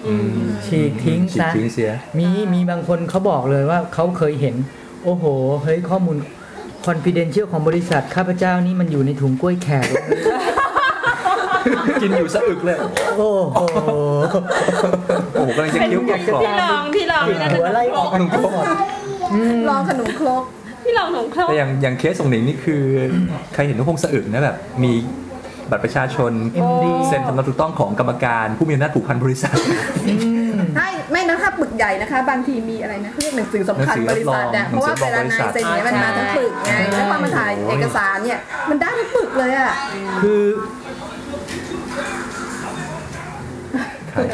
[SPEAKER 2] อืม
[SPEAKER 4] ฉีกทิ้ง
[SPEAKER 2] ฉีก
[SPEAKER 4] ซะ
[SPEAKER 2] ทิ้งเสีย
[SPEAKER 4] มีมีบางคนเขาบอกเลยว่าเขาเคยเห็น โอ้โห เฮ้ยข้อมูล confidential ของบริษัทข้าพเจ้านี่มันอยู่ในถุงกล้วยแขก
[SPEAKER 2] กินอยู่สะอึกเลย
[SPEAKER 4] โอ้โห
[SPEAKER 2] โอ้โหกำลังจะเคี้ยวกรอบๆ
[SPEAKER 4] เป็นอยากจะ
[SPEAKER 5] ที่ลองที่ลองนี่น่าจะ
[SPEAKER 4] หัวไล่ออกกันหมด
[SPEAKER 3] ลองขนมครก
[SPEAKER 5] ที่ลองของเขา
[SPEAKER 2] แต่อย่างอย่างเคสของหนิงนี่คือ ใครเห็นก็คงสะอึกนะแบบ มีบัตรประชาชน
[SPEAKER 4] เอ็มดี
[SPEAKER 2] เซ็นสำเนาถูกต้องของกรรมการผู้มีอำนาจผูกพันบริษัท
[SPEAKER 3] ใช่ไม่นะคะปึกใหญ่นะคะ บางทีมีอะไรนะเขาเรียกหนังสือสำคัญ
[SPEAKER 2] หนัง
[SPEAKER 3] บ
[SPEAKER 2] สื
[SPEAKER 3] ริ
[SPEAKER 2] อรับรอ
[SPEAKER 3] ษัท
[SPEAKER 2] ง
[SPEAKER 3] เนี่ยเพราะว่า
[SPEAKER 2] หนั
[SPEAKER 3] เว
[SPEAKER 2] งสือรั
[SPEAKER 3] ลา
[SPEAKER 2] บรองบริษัท
[SPEAKER 3] นายเซ็นเนี่ยมันมาทั้งปึกไงแล้วพอมาถ่ายเอกสารเนี่ย มันได้ทั้งปึกเลยอ่ะ
[SPEAKER 4] คือ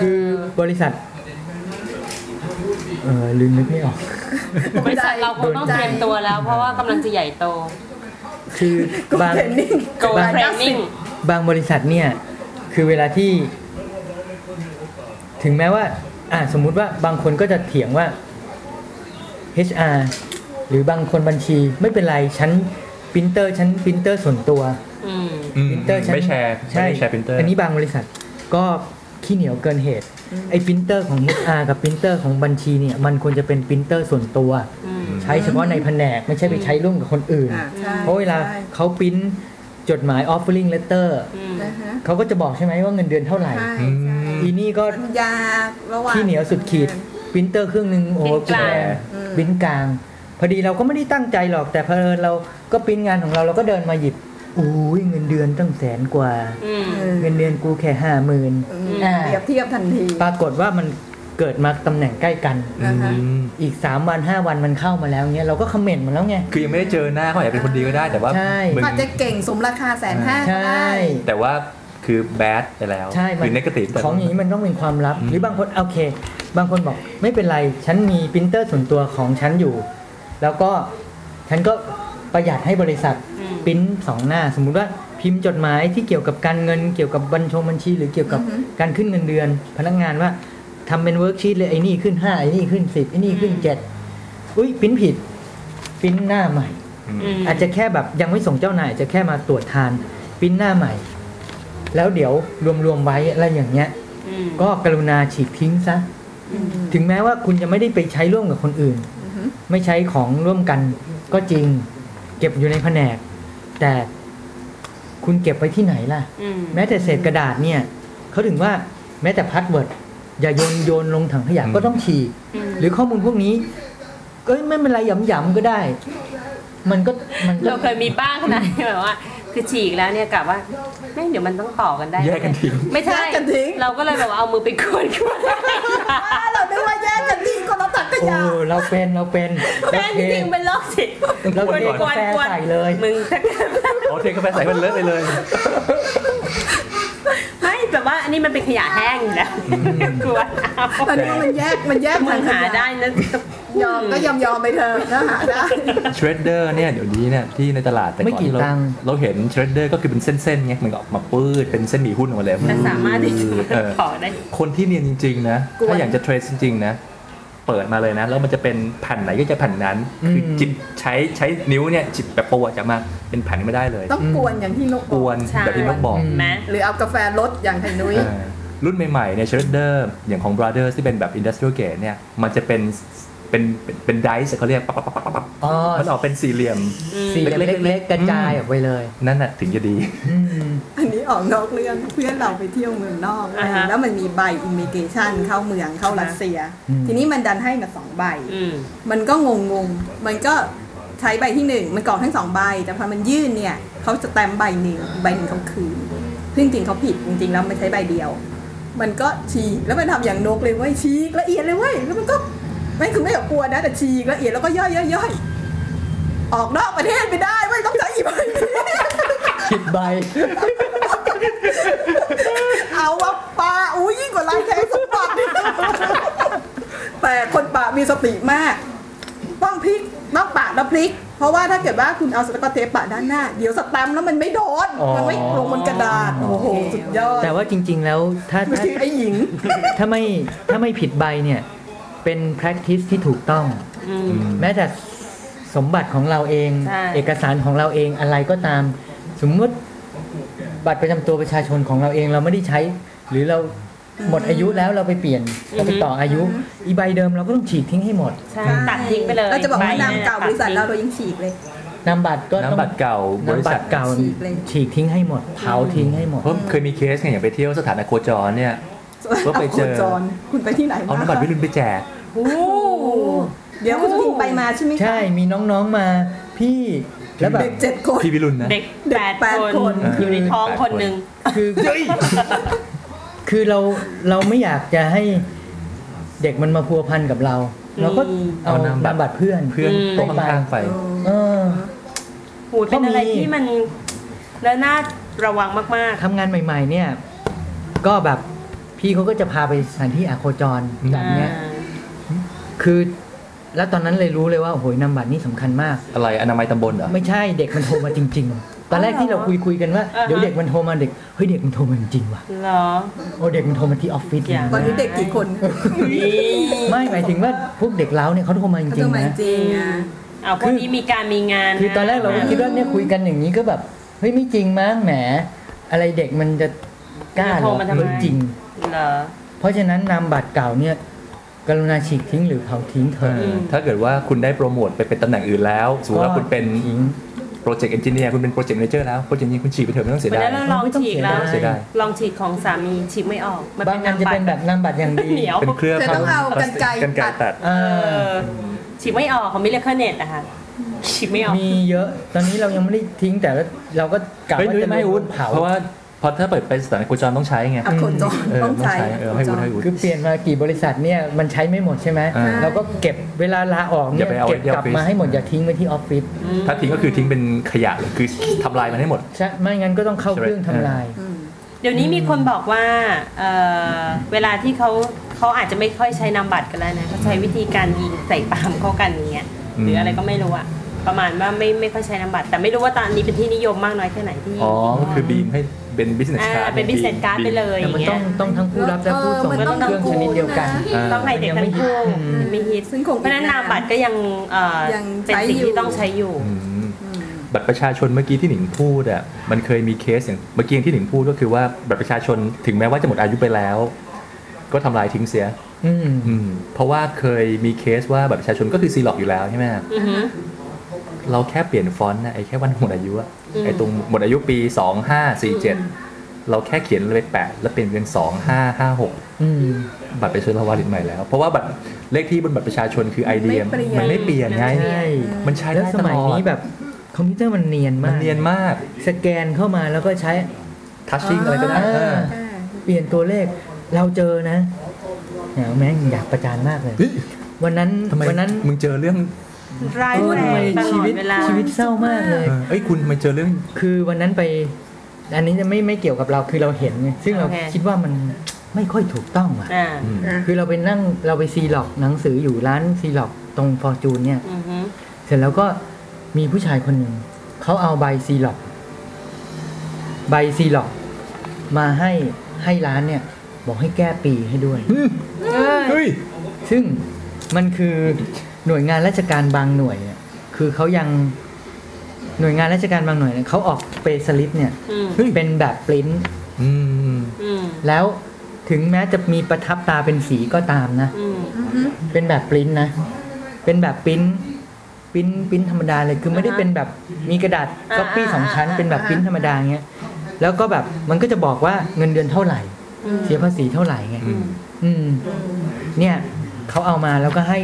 [SPEAKER 4] คือบริษัท เออลืมนึกไม่ออก
[SPEAKER 5] บริษัทเราคงต้องเตรียมตัวแล้ว เพราะว่ากำลังจะใหญ่โต
[SPEAKER 4] คือ
[SPEAKER 3] ก็
[SPEAKER 4] บาง
[SPEAKER 3] เทรนนิ่ง
[SPEAKER 5] go
[SPEAKER 4] บาง
[SPEAKER 5] training
[SPEAKER 4] บางบริษัทเนี่ย คือเวลาที่ ถึงแม้ว่า อ่าสมมุติว่าบางคนก็จะเถียงว่า HR หรือบางคนบัญชีไม่เป็นไรฉันปรินเตอร์ฉันปรินเตอร์ส่วนตัว
[SPEAKER 5] อืม
[SPEAKER 4] ปรินเตอร์ฉัน
[SPEAKER 2] ไม่แชร์
[SPEAKER 4] ใช่
[SPEAKER 2] ไม่ได้แชร์ปรินเตอร์
[SPEAKER 4] อันนี้บางบริษัทก็ขี้เหนียวเกินเหตุไอ้ปรินเตอร์ของ HR กับปรินเตอร์ของบัญชีเนี่ย มันควรจะเป็นปรินเตอร์ส่วนตัว
[SPEAKER 5] อืม
[SPEAKER 4] ใช้เฉพาะในแผนกไม่ใช่ไปใช้ร่วมกับคนอื่น
[SPEAKER 3] อ่าใช่
[SPEAKER 4] เพราะเวลา
[SPEAKER 3] ใช่
[SPEAKER 4] เขาปริ้นจดหมาย offering letter
[SPEAKER 5] อืม
[SPEAKER 3] นะฮะ
[SPEAKER 4] เขาก็จะบอกใช่ไหมว่าเงินเดือนเท่าไหร่
[SPEAKER 3] ใช่
[SPEAKER 2] อืม
[SPEAKER 3] ใช่
[SPEAKER 4] อีนี่ก็
[SPEAKER 3] สัญญาระหว่าง
[SPEAKER 4] ขี้เหนียวสุดขีดปรินเตอร์เครื่องหนึ่งโอ้โห
[SPEAKER 5] ปริ้นกลาง
[SPEAKER 3] อืม
[SPEAKER 4] ปริ้นกลาง พอดีเราก็ไม่ได้ตั้งใจหรอกแต่เพอญเราก็ปริ้นงานของเราเราก็เดินมาหยิบอุ้ยเงินเดือนตั้งแสนกว่า
[SPEAKER 5] อืม
[SPEAKER 3] เออ
[SPEAKER 4] เงินเดือนกูแค่ห้าหมื่น
[SPEAKER 3] เปรียบเทียบทันที
[SPEAKER 4] ปรากฏว่ามัน เกิดมาตำแหน่งใกล้กัน
[SPEAKER 3] อ่าฮะ
[SPEAKER 2] อืม
[SPEAKER 4] อีก 3 วัน 5 วันมันเข้ามาแล้วเงี้ยเราก็คอมเมนต์มันแล้วไง
[SPEAKER 2] คือยังไม่ได้เจอหน้าเขาอาจจะเป็นคนดีก็ได้แต่ว่า
[SPEAKER 4] ใช่
[SPEAKER 2] มึง
[SPEAKER 3] อาจจะเก่งสมราคาแสนห้า
[SPEAKER 4] ใช
[SPEAKER 3] ก็ได้
[SPEAKER 4] ่
[SPEAKER 2] แต่ว่าคือแบดไปแล้ว
[SPEAKER 4] ใช่
[SPEAKER 2] หรือเนกาทีฟ
[SPEAKER 4] ของอย่างนี้มันต้องเป็นความลับ
[SPEAKER 2] อืม
[SPEAKER 4] หรือบางคนโอเค บางคนบอกไม่เป็นไร ฉันมีปรินเตอร์ส่วนตัวของฉันอยู่ แล้วก็ฉันก็ประหยัดให้บริษัท
[SPEAKER 5] อืม
[SPEAKER 4] ปริ้นสองหน้า สมมุติว่าพิมพ์จดหมายที่เกี่ยวกับการเงิน เกี่ยวกับบัญชงบัญชี หรือเกี่ยวกับ
[SPEAKER 3] อือฮึ
[SPEAKER 4] การขึ้นเงินเดือน พนักงานว่าทำเป็นเวิร์กชีตเลยไอ้นี่ขึ้นห้าไอ้นี่ขึ้นสิบไอ้นี่ขึ้นเจ็ดอุ้ยปริ้นผิดปริ้นหน้าใหม่
[SPEAKER 5] ม
[SPEAKER 4] อาจจะแค่แบบยังไม่ส่งเจ้านายอาจจะแค่มาตรวจทานปริ้นหน้าใหม่ แล้วเดี๋ยวรวมๆไว้อะไรอย่างเงี้ย
[SPEAKER 5] อืม
[SPEAKER 4] ก็กรุณาฉีกทิ้งซะ ถึงแม้ว่าคุณจะไม่ได้ไปใช้ร่วมกับคนอื่น
[SPEAKER 3] อือฮึ
[SPEAKER 4] ไม่ใช้ของร่วมกันก็จริง เก็บอยู่ในแผนก แต่คุณเก็บไว้ที่ไหนล่ะ
[SPEAKER 5] อืม
[SPEAKER 4] แม้แต่เศษกระดาษเนี่ยเขาถึงว่าแม้แต่พาสเวิร์ดอย่าโยนโยนลงถังขยะ
[SPEAKER 2] อืม
[SPEAKER 4] ก็ต้องฉีก
[SPEAKER 5] อืม
[SPEAKER 4] หรือข้อมูลพวกนี้ก็ไม่เป็นไรหยำๆก็ได้ มันก็มันก็
[SPEAKER 5] เราเคยมีบ้างขนาดที่แบบว่า คือฉีกแล้วเนี่ยกะว่าแม่งเดี๋ยวมันต้องต่อกันได้
[SPEAKER 2] แยกกันทิ้ง
[SPEAKER 5] ไม่ใช่
[SPEAKER 3] แยกกันทิ้ง
[SPEAKER 5] เราก็เลยแบบว่าเอามือไปกวนกวน
[SPEAKER 3] อ้าวเราไม่ว่าแยกกันดีก็รับตักกระ
[SPEAKER 4] โอ้
[SPEAKER 3] ยา
[SPEAKER 4] เราเป็นเราเป็น
[SPEAKER 5] แม่งจริงๆเป็นโรคจิต
[SPEAKER 4] เราเท
[SPEAKER 2] ก
[SPEAKER 4] กา
[SPEAKER 2] วน
[SPEAKER 4] แฟใส่เลย
[SPEAKER 5] มึงถ้าเกิด
[SPEAKER 2] อ๋อเทกาแฟใส่มันเลอะไปเลย
[SPEAKER 5] ไม่แบบว่าอันนี้มันเป็นขยะแห้งอยู่แล้วกวนเอา
[SPEAKER 3] ตอนนี้มันแยกมันแยก
[SPEAKER 5] มึงหาได้นะ
[SPEAKER 3] ยอมก็ยอมยอมๆไปเถอะก็หาได้
[SPEAKER 2] เทรดเดอร์เนี่ยเดี๋ยวนี้เนี่ยที่ในตลาดแต่
[SPEAKER 4] ไม่
[SPEAKER 2] ก่อน
[SPEAKER 4] กี่
[SPEAKER 2] ที่เรา
[SPEAKER 4] ตังค์
[SPEAKER 2] เราเห็นเทรดเดอร์ก็คือเป็นเส้นๆไงมันก็ออกมาปื้ดเป็นเส้นหมี่หุ้นออกมาเลย
[SPEAKER 5] แต่สามารถที่จะมา
[SPEAKER 2] เออ
[SPEAKER 5] ต่อได้
[SPEAKER 2] คนที่เนียนจริง ๆ นะ
[SPEAKER 3] กวน
[SPEAKER 2] ถ้าอยากจะเทรดจริง ๆ นะ เปิดมาเลยนะ แล้วมันจะเป็นแผ่นไหนก็จะแผ่นนั้น คือ
[SPEAKER 4] ม
[SPEAKER 2] จิบใช้ใช้นิ้วเนี่ยจิบแบบประวัติจะมาเป็นแผ่นไม่ได้เลย
[SPEAKER 3] ต้องกวนอย่างที่นกบ
[SPEAKER 2] ก
[SPEAKER 3] อ
[SPEAKER 2] วน
[SPEAKER 5] ใช่
[SPEAKER 2] แบบที่นกบอก
[SPEAKER 4] อืม
[SPEAKER 5] ไหม
[SPEAKER 3] หรือเอากาแฟรสอย่างไข่นุ้ย
[SPEAKER 2] เออรุ่นใหม่ๆเนี่ยเทรดเดอร์อย่างของ Brothers ที่เป็นแบบ Industrial Gate เนี่ยมันจะเป็นเป็นเป็นเป็นไดซ์เขาเรียกปั๊บปั๊บปั๊บปั๊บปั๊บ
[SPEAKER 4] อ๋อ
[SPEAKER 2] มันออกเป็นสี่เหลี่ยม
[SPEAKER 4] สีเหลี่ยม
[SPEAKER 2] เล็
[SPEAKER 4] เล็
[SPEAKER 2] ก
[SPEAKER 4] ก
[SPEAKER 2] ๆ
[SPEAKER 4] ๆ กระจายออกไปเลย
[SPEAKER 2] นั่นน่ะถึงจะดี
[SPEAKER 4] อืม
[SPEAKER 3] อันนี้ออกนอกเรื่องเพื่อนเราไปเที่ยวเมืองนอก
[SPEAKER 5] อ่าฮะ
[SPEAKER 3] แล้วมันมีใบอิมิเกชันเข้าเมืองเข้ารัสเซีย
[SPEAKER 4] อืม
[SPEAKER 3] ทีนี้มันดันให้มาสองใบ
[SPEAKER 5] อืม
[SPEAKER 3] มันก็งงงๆมันก็ใช้ใบที่หนึ่งมันกรอกทั้งสองใบ แต่พอมันยื่นเนี่ยเขาจะแตมป์ใบหนึ่งอีกใบหนึ่งเขาคืนซึ่งจริงเขาผิดจริงๆแล้วมันใช้ใบเดียว มันก็ฉีกแล้วมันทำอย่างนกเลยเว้ยฉีกละเอียดเลยเว้ยแล้วมันก็ไม่คือไม่อยากกลัวนะแต่ฉีกละเอียดแล้วก็ย่อยย่อยย่อยออกนอกประเทศไม่ได้ไม่ต้องใช้อีกใบหนึ่ง
[SPEAKER 4] ผิดใบ
[SPEAKER 3] เอาว่าป่าอุ้ยยิ่งกว่าลายแทงสมบัติ แต่คนป่ามีสติมาก ต้องพลิกต้องปะแล้วพลิก เพราะว่าถ้าเกิดว่าคุณเอาสกอตเทปปะด้านหน้า เดี๋ยวสแตมป์แล้วมันไม่โดน
[SPEAKER 4] อ๋อ
[SPEAKER 3] มันไม่ลงบนกระดาษ โอ้โห สุดยอด
[SPEAKER 4] แต่ว่าจริง ๆ แล้วถ้า
[SPEAKER 3] มัน
[SPEAKER 4] ถ้า
[SPEAKER 3] คือไอ้หญิง
[SPEAKER 4] ถ้าไม่ถ้าไม่ผิดใบเนี่ย เป็น practice ที่ถูกต้อง
[SPEAKER 5] อืม
[SPEAKER 4] แม้แต่สมบัติของเราเอง
[SPEAKER 5] ใช่
[SPEAKER 4] เอกสารของเราเองอะไรก็ตาม สมมุติบัตรประจำตัวประชาชนของเราเองเราไม่ได้ใช้ หรือเราหมดอายุแล้วเราไปเปลี่ยนเราไปต่ออายุ อีใบเดิมเราก็ต้องฉีกทิ้งให้หมด
[SPEAKER 5] ใช่ตัดทิ้งไปเลย
[SPEAKER 3] เราจะบอกว่า
[SPEAKER 5] ใ
[SPEAKER 3] นามเก่าบริษัทเราเรายังฉีกเลย
[SPEAKER 4] นามบัตรก็ต้อง
[SPEAKER 2] น้ำบัตรเก่าบริ
[SPEAKER 4] นามบั
[SPEAKER 2] ษั
[SPEAKER 4] ต
[SPEAKER 2] ท
[SPEAKER 4] รเก่า
[SPEAKER 3] ฉีกเลย
[SPEAKER 4] ฉีกทิ้งให้หมดเผาทิ้งให้หมด
[SPEAKER 2] เพราะเคยมีเคสไงอย่างไปเที่ยวสถานโคจรเนี่ย ก็ไปเจอ
[SPEAKER 3] าโคจรคุณไปที่ไหน
[SPEAKER 2] เอาน้ำบัตรวิรุณไปแจก
[SPEAKER 3] โอ้โหเดี๋ยวคุณสุทินไปมาใช่ไหมคะ
[SPEAKER 4] ใช่มีน้องๆมาพี่แล้วแบบ
[SPEAKER 3] เด็กเจ็ดคน
[SPEAKER 2] พี่วิรุณนะ
[SPEAKER 5] เด็กแปด
[SPEAKER 3] แปด
[SPEAKER 5] คน
[SPEAKER 3] คน
[SPEAKER 5] อยู่ในท้องคนหนึ่ง
[SPEAKER 4] คือคือเราเราไม่อยากจะให้เด็กมันมาพัวพันกับเราเราก็
[SPEAKER 5] อืม
[SPEAKER 4] เอา
[SPEAKER 2] เอานามบัตร
[SPEAKER 4] นามบัตรเพื่อน
[SPEAKER 2] เพื่อน
[SPEAKER 5] อืม
[SPEAKER 2] โต๊ะข้างๆไป
[SPEAKER 4] เออ
[SPEAKER 5] หูยเป็นอะไรที่มันแล้วน่าระวังมาก
[SPEAKER 4] ทำงานใหม่ ๆ เนี่ย ก็แบบพี่เขาก็จะพาไปสถานที่อาโคจร
[SPEAKER 2] อืม
[SPEAKER 5] ๆ
[SPEAKER 4] แบบเนี้ยคือ แล้วตอนนั้นเลยรู้เลยว่าโอ้โหนามบัตรนี่สำคัญมาก
[SPEAKER 2] อะไรอนามัยตำบลเหรอ
[SPEAKER 4] ไม่ใช่เด็กมันโทรมาจริง ๆ ตอนแรกที่เราคุยคุยๆกันว่า
[SPEAKER 5] อ่าฮะ
[SPEAKER 4] เดี๋ยวเด็กมันโทรมาเด็กเฮ้ยเด็กมันโทรมาจริงๆว่ะ
[SPEAKER 5] เหรอ
[SPEAKER 4] โอ้เด็กมันโทรมาที่ออฟฟิศ
[SPEAKER 5] อย่าง
[SPEAKER 3] ตอนนี้เด็กกี่คน
[SPEAKER 4] ไม่หมายถึงว่าพวกเด็กเล้าเนี่ยเขาโทรมาจ
[SPEAKER 3] เขา
[SPEAKER 4] ริ
[SPEAKER 3] จะ
[SPEAKER 4] ง
[SPEAKER 3] มา
[SPEAKER 4] ๆนะ
[SPEAKER 3] จริงอะ
[SPEAKER 5] เอาพวกนี้มีการมีงาน
[SPEAKER 4] คือตอนแรกเราก็คิดว่าเนี่ยคุยกันอย่างนี้ก็แบบเฮ้ยไม่จริงมั้งแหม อะไรเด็กมันจะกล้าหรอไม่จริง
[SPEAKER 5] เหรอ
[SPEAKER 4] เพราะฉะนั้นนามบัตรเก่าเนี่ยกรุณาฉีกทิ้งหรือเผาทิ้งเถ
[SPEAKER 2] เอ
[SPEAKER 4] อะ
[SPEAKER 2] อ ถ้าเกิดว่าคุณได้โปรโมทไปเป็นตำแหน่งอื่นแล้ว สมมติว่าคุณเป็น
[SPEAKER 4] ทิ้ง
[SPEAKER 2] โปรเจกต์เอนจิเนียร์คุณเป็นโปรเจกต์ a ม a เจอร์แล้ว โปรเจกต์นี้คุณฉีกไปเถอะไม่ต้องเสีย
[SPEAKER 5] วัน
[SPEAKER 2] ดาย
[SPEAKER 5] นั้นเราลองฉีกแล้ว
[SPEAKER 4] ไม่ต้องเสียดาย
[SPEAKER 5] ลองฉีกของสามีฉีกไม่ออก มัน
[SPEAKER 4] บา
[SPEAKER 5] เป็
[SPEAKER 4] ง
[SPEAKER 5] น
[SPEAKER 4] อันจะเป็น
[SPEAKER 5] น้ำ
[SPEAKER 4] แบบนาม
[SPEAKER 5] บัตร
[SPEAKER 4] บัตรอย่างดี
[SPEAKER 5] เหนียว
[SPEAKER 2] เป็นเครื่อง
[SPEAKER 3] เธอต้องเอา
[SPEAKER 2] พลส
[SPEAKER 3] กรรไกร
[SPEAKER 2] กรรไกร
[SPEAKER 3] ตั
[SPEAKER 2] ตั
[SPEAKER 3] ด
[SPEAKER 2] ด
[SPEAKER 4] เอ
[SPEAKER 5] เอ
[SPEAKER 4] อ
[SPEAKER 5] อฉีกไม่ออกของมิเลคเน็ตนะคะฉีกไม่ออก
[SPEAKER 4] มีเยอะ ตอนนี้เรายังไม่ได้ทิ้งแต่ว่าเราก็กะ
[SPEAKER 2] เฮ้ย
[SPEAKER 4] ว่า
[SPEAKER 2] นุ้ย
[SPEAKER 4] จะ
[SPEAKER 2] ไม่
[SPEAKER 4] ไม่
[SPEAKER 2] อุ้
[SPEAKER 4] อุ้
[SPEAKER 2] น
[SPEAKER 4] นเผา
[SPEAKER 2] เพราะว่า เพราะถ้าเปิดไปสถานโคจรต้องใช้ไง
[SPEAKER 3] อัพโคจร
[SPEAKER 2] เออ
[SPEAKER 3] ต้องใช้
[SPEAKER 2] เออให้วุ้นให้วุ้น
[SPEAKER 4] คือเปลี่ยนมากี่บริษัทเนี่ยมันใช้ไม่หมดใช่ไหม
[SPEAKER 2] อ่า
[SPEAKER 4] เราก็เก็บเวลาลาออก
[SPEAKER 2] อ
[SPEAKER 4] เนี่ย
[SPEAKER 2] ย่าไปเอา
[SPEAKER 4] เก็บ
[SPEAKER 2] ไว้ที่
[SPEAKER 4] กลั
[SPEAKER 2] ออฟ
[SPEAKER 4] บ
[SPEAKER 2] ฟิศ
[SPEAKER 4] มาให้หมดอย่าทิ้งไว้ที่ออฟฟิศ
[SPEAKER 2] ถ้าทิ้งก็คือทิ้งเป็นขยะเลยคือทำลายมันให้หมด
[SPEAKER 4] ใช่ไม่งั้นก็ต้องเข้าเครื่องทำลาย
[SPEAKER 3] อืม
[SPEAKER 5] เดี๋ยวนี้มีคนบอกว่าเอ่อเวลาที่เขาเขาอาจจะไม่ค่อยใช้นามบัตรกันแล้วนะเขาใช้วิธีการยิงใส่ปาล์มเข้ากันอย่างเงี้ย
[SPEAKER 2] อืม
[SPEAKER 5] หรืออะไรก็ไม่รู้อะประมาณว่าไม่ไม่ค่อยใช้นามบัตรแต่ไม่รู้ว่าตอนนี้เป็นที่นิยมมากน้อยแค่ไหนที่
[SPEAKER 2] อ๋อก็คือบีมให้เป็น business
[SPEAKER 5] อ่า
[SPEAKER 2] card
[SPEAKER 5] เป็น business card ไปเลยอ
[SPEAKER 4] แต่
[SPEAKER 5] ย่า
[SPEAKER 4] มัน
[SPEAKER 5] งเงี้
[SPEAKER 4] ต้องต้อ
[SPEAKER 5] ย
[SPEAKER 4] งทั้งผู้รับและผู้ส่
[SPEAKER 3] เออ
[SPEAKER 4] ง
[SPEAKER 3] มัน
[SPEAKER 4] และ
[SPEAKER 3] ต้อง
[SPEAKER 4] เครื่อง
[SPEAKER 3] ทั้งคู่
[SPEAKER 4] ชนิดเดียวกัน
[SPEAKER 3] นะ
[SPEAKER 2] อ่า
[SPEAKER 5] ต้องให้เด็กทั้งคู่
[SPEAKER 4] อืม
[SPEAKER 5] ไม่ฮิต
[SPEAKER 3] ซึ่งคง
[SPEAKER 5] เพราะฉะนั้น
[SPEAKER 3] อีกนาน
[SPEAKER 5] านมบัตรก็ยังเอ่อ
[SPEAKER 3] ยัง
[SPEAKER 5] เป็น
[SPEAKER 3] ใช้
[SPEAKER 5] สิ่ง
[SPEAKER 3] อยู่
[SPEAKER 5] ที่ต้องใช้อยู่
[SPEAKER 2] อืม
[SPEAKER 3] อืม
[SPEAKER 2] บัตรประชาชนเมื่อกี้ที่หนิงพูดอ่ะมันเคยมีเคสอย่างเมื่อกี้ที่หนิงพูดก็คือว่าบัตรประชาชนถึงแม้ว่าจะหมดอายุไปแล้ว ก็ทำลายทิ้งเสีย
[SPEAKER 4] อืม
[SPEAKER 2] อืม เพราะว่าเคยมีเคสว่าบัตรประชาชนก็คือซีล็อกอยู่แล้วใช่ไหม
[SPEAKER 5] อือฮึ
[SPEAKER 2] เราแค่เปลี่ยนฟอนต์นะไอ้แค่วันหมดอายุอะ
[SPEAKER 5] อืม
[SPEAKER 2] ไอ้ตรงหมดอายุปี 2547 เราแค่เขียนเลขแปดแล้วเปลี่ยนเป็น 2556
[SPEAKER 4] อืม
[SPEAKER 2] บัตรประชาชนเราวาลิตใหม่แล้ว เพราะว่าบัตรเลขที่บนบัตรประชาชนคือไอเดีย
[SPEAKER 3] ไม่เปลี่ยน
[SPEAKER 2] มันไม่เปลี่ยนไง
[SPEAKER 4] ใช่
[SPEAKER 2] มันใช้
[SPEAKER 4] แล้ว
[SPEAKER 2] ได้
[SPEAKER 4] ส
[SPEAKER 2] ตล
[SPEAKER 4] มัย
[SPEAKER 2] อด
[SPEAKER 4] นี้แบบคอมพิวเตอร์มันเนียน
[SPEAKER 2] มั
[SPEAKER 4] มาน ก
[SPEAKER 2] เนียนมาก
[SPEAKER 4] สแกนเข้ามาแล้วก็ใช้
[SPEAKER 2] ทัชชิ่งอะไรก็ได้
[SPEAKER 4] อ่า
[SPEAKER 2] เออ
[SPEAKER 3] อ่า
[SPEAKER 4] เปลี่ยนตัวเลขเราเจอนะเนี่ยแม่งอยากประจานมากเลย
[SPEAKER 2] เฮ้ย
[SPEAKER 4] วันนั้น
[SPEAKER 2] ทำไม
[SPEAKER 4] วันนั้น
[SPEAKER 2] มึงเจอเรื่อง
[SPEAKER 5] ร้าย
[SPEAKER 4] โอ้
[SPEAKER 5] แร
[SPEAKER 4] ทำไม
[SPEAKER 5] งตล
[SPEAKER 4] ชี
[SPEAKER 5] อด
[SPEAKER 4] วิต
[SPEAKER 5] เวลา
[SPEAKER 4] ชีวิตเศร้ามากเลย
[SPEAKER 2] เออเอ้ยคุณทำไมเจอเรื่อง
[SPEAKER 4] คือวันนั้นไป อันนี้จะไม่ไม่เกี่ยวกับเราคือเราเห็นไงซึ่งเรา
[SPEAKER 5] โอเค
[SPEAKER 4] คิดว่ามันไม่ค่อยถูกต้องอ่ะ
[SPEAKER 5] อ่า
[SPEAKER 4] คือเราไปนั่งเราไปซีล็อกหนังสืออยู่ร้านซีล็อกตรงฟอร์จูนเนี่ย
[SPEAKER 5] อือฮึ
[SPEAKER 4] เสร็จแล้วก็มีผู้ชายคนหนึ่งเขาเอาใบซีล็อกใบซีล็อกมาให้ให้ร้านเนี่ย บอกให้แก้ปีให้ด้วย
[SPEAKER 2] เฮ้ย
[SPEAKER 4] ซึ่งมันคือหน่วยงานราชการบางหน่วยเนี่ยคือเขายังหน่วยงานราชการบางหน่วยเนี่ยเขาออกเปสลิปเนี่ย
[SPEAKER 5] อืม
[SPEAKER 4] เป็นแบบปริ้นท์
[SPEAKER 2] อืม
[SPEAKER 5] อืม
[SPEAKER 4] แล้วถึงแม้จะมีประทับตาเป็นสีก็ตามนะ
[SPEAKER 5] อืม
[SPEAKER 4] เป็นแบบปริ้นท์นะ เป็นแบบปริ้นท์ปริ้นท์ปริ้นท์ธรรมดาเลย คือไม่ได้
[SPEAKER 5] อ่าฮะ
[SPEAKER 4] เป็นแบบมีกระดาษ
[SPEAKER 5] อ่า
[SPEAKER 4] ก๊อปปี้
[SPEAKER 5] อ่า
[SPEAKER 4] สองชั้น
[SPEAKER 5] อ่า
[SPEAKER 4] เป็นแบบปริ้นท์ธรรมดาเงี้ย แล้วก็แบบมันก็จะบอกว่าเงินเดือนเท่าไหร่
[SPEAKER 5] อืม
[SPEAKER 4] เสียภาษีเท่าไหร่ไง
[SPEAKER 2] อืม
[SPEAKER 4] อืม เนี่ยเขาเอามาแล้วก็ให้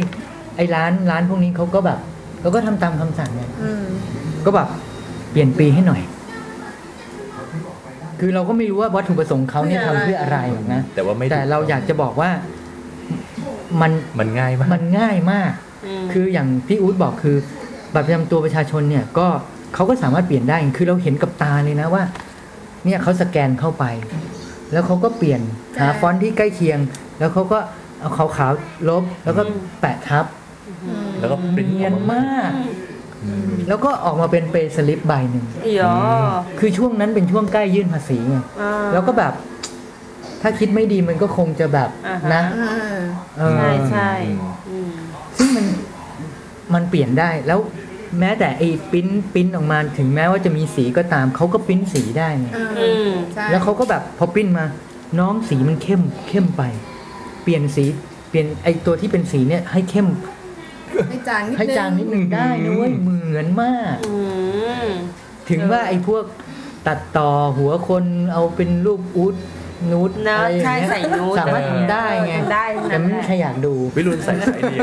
[SPEAKER 4] ไอ้ร้านร้านพวกนี้เขาก็แบบเขาก็ทำตามคำสั่งไง
[SPEAKER 3] อืม
[SPEAKER 4] ก็แบบเปลี่ยนปีให้หน่อย คือเราก็ไม่รู้ว่าวัตถุประสงค์เขาเนี่ยทำ
[SPEAKER 3] เพื่
[SPEAKER 4] เพื่อ
[SPEAKER 3] อ
[SPEAKER 4] อะ
[SPEAKER 3] อะไร ไร
[SPEAKER 4] หรอกนะ
[SPEAKER 2] แต่ว่าไม่
[SPEAKER 4] แต่เราอยากจะบอกว่ามัน
[SPEAKER 2] มันง่ายมาก
[SPEAKER 4] มันง่ายมาก
[SPEAKER 5] อืม
[SPEAKER 4] คืออย่างที่อู๊ดบอกคือบัตรประจำตัวประชาชนเนี่ยก็เขาก็สามารถเปลี่ยนได้ คือเราเห็นกับตาเลยนะว่า เนี่ยเขาสแกนเข้าไป แล้วเขาก็เปลี่ยนหาฟอนต์ที่ใกล้เคียง แล้วเขาก็เอาขาวๆลบ แล้วก็แปะทับ
[SPEAKER 2] แล้วก็ปริ้นอ
[SPEAKER 4] เนีย
[SPEAKER 2] อน กมาม
[SPEAKER 4] าก แล้วก็ออกมาเป็นเปสลิปใบหนึ่ง
[SPEAKER 5] เดี๋ยว
[SPEAKER 4] คือช่วงนั้นเป็นช่วงใกล้ยื่นภาษีไง
[SPEAKER 5] อ่า
[SPEAKER 4] แล้วก็แบบ ถ้าคิดไม่ดีมันก็คงจะแบบ
[SPEAKER 5] อ่าฮะ
[SPEAKER 4] นะ
[SPEAKER 3] อ่า
[SPEAKER 4] เออ
[SPEAKER 5] ใช่ใช่อืม
[SPEAKER 4] ซึ่งมันมันเปลี่ยนได้แล้วแม้แต่ไอ้ปริ้นปริ้นออกมาถึงแม้ว่าจะมีสีก็ตามเขาก็ปริ้นสีได้ไง
[SPEAKER 5] อืม
[SPEAKER 3] ใช่
[SPEAKER 4] แล้วเขาก็แบบพอปริ้นมา น้องสีมันเข้มเข้มไป เปลี่ยนสีเปลี่ยนไอ้ตัวที่เป็นสีเนี่ยให้เข้ม
[SPEAKER 3] ให้จางนิดนึง
[SPEAKER 4] ให้จางนิดหนึ่งได้นะเว้ยเหมือนมาก
[SPEAKER 5] อืม
[SPEAKER 4] ถึงว่าไอ้พวกตัดต่อหัวคนเอาเป็นรูปอูดนูด
[SPEAKER 5] เนอะ
[SPEAKER 4] อะไรอย่าง
[SPEAKER 5] ใช่
[SPEAKER 4] เงี้ย
[SPEAKER 5] ใส่นูด
[SPEAKER 4] สามารถทำได้ไง
[SPEAKER 5] ทำได้
[SPEAKER 4] แต่ไม่มีใครอยากดู
[SPEAKER 2] วิรุณใส่สายเดียว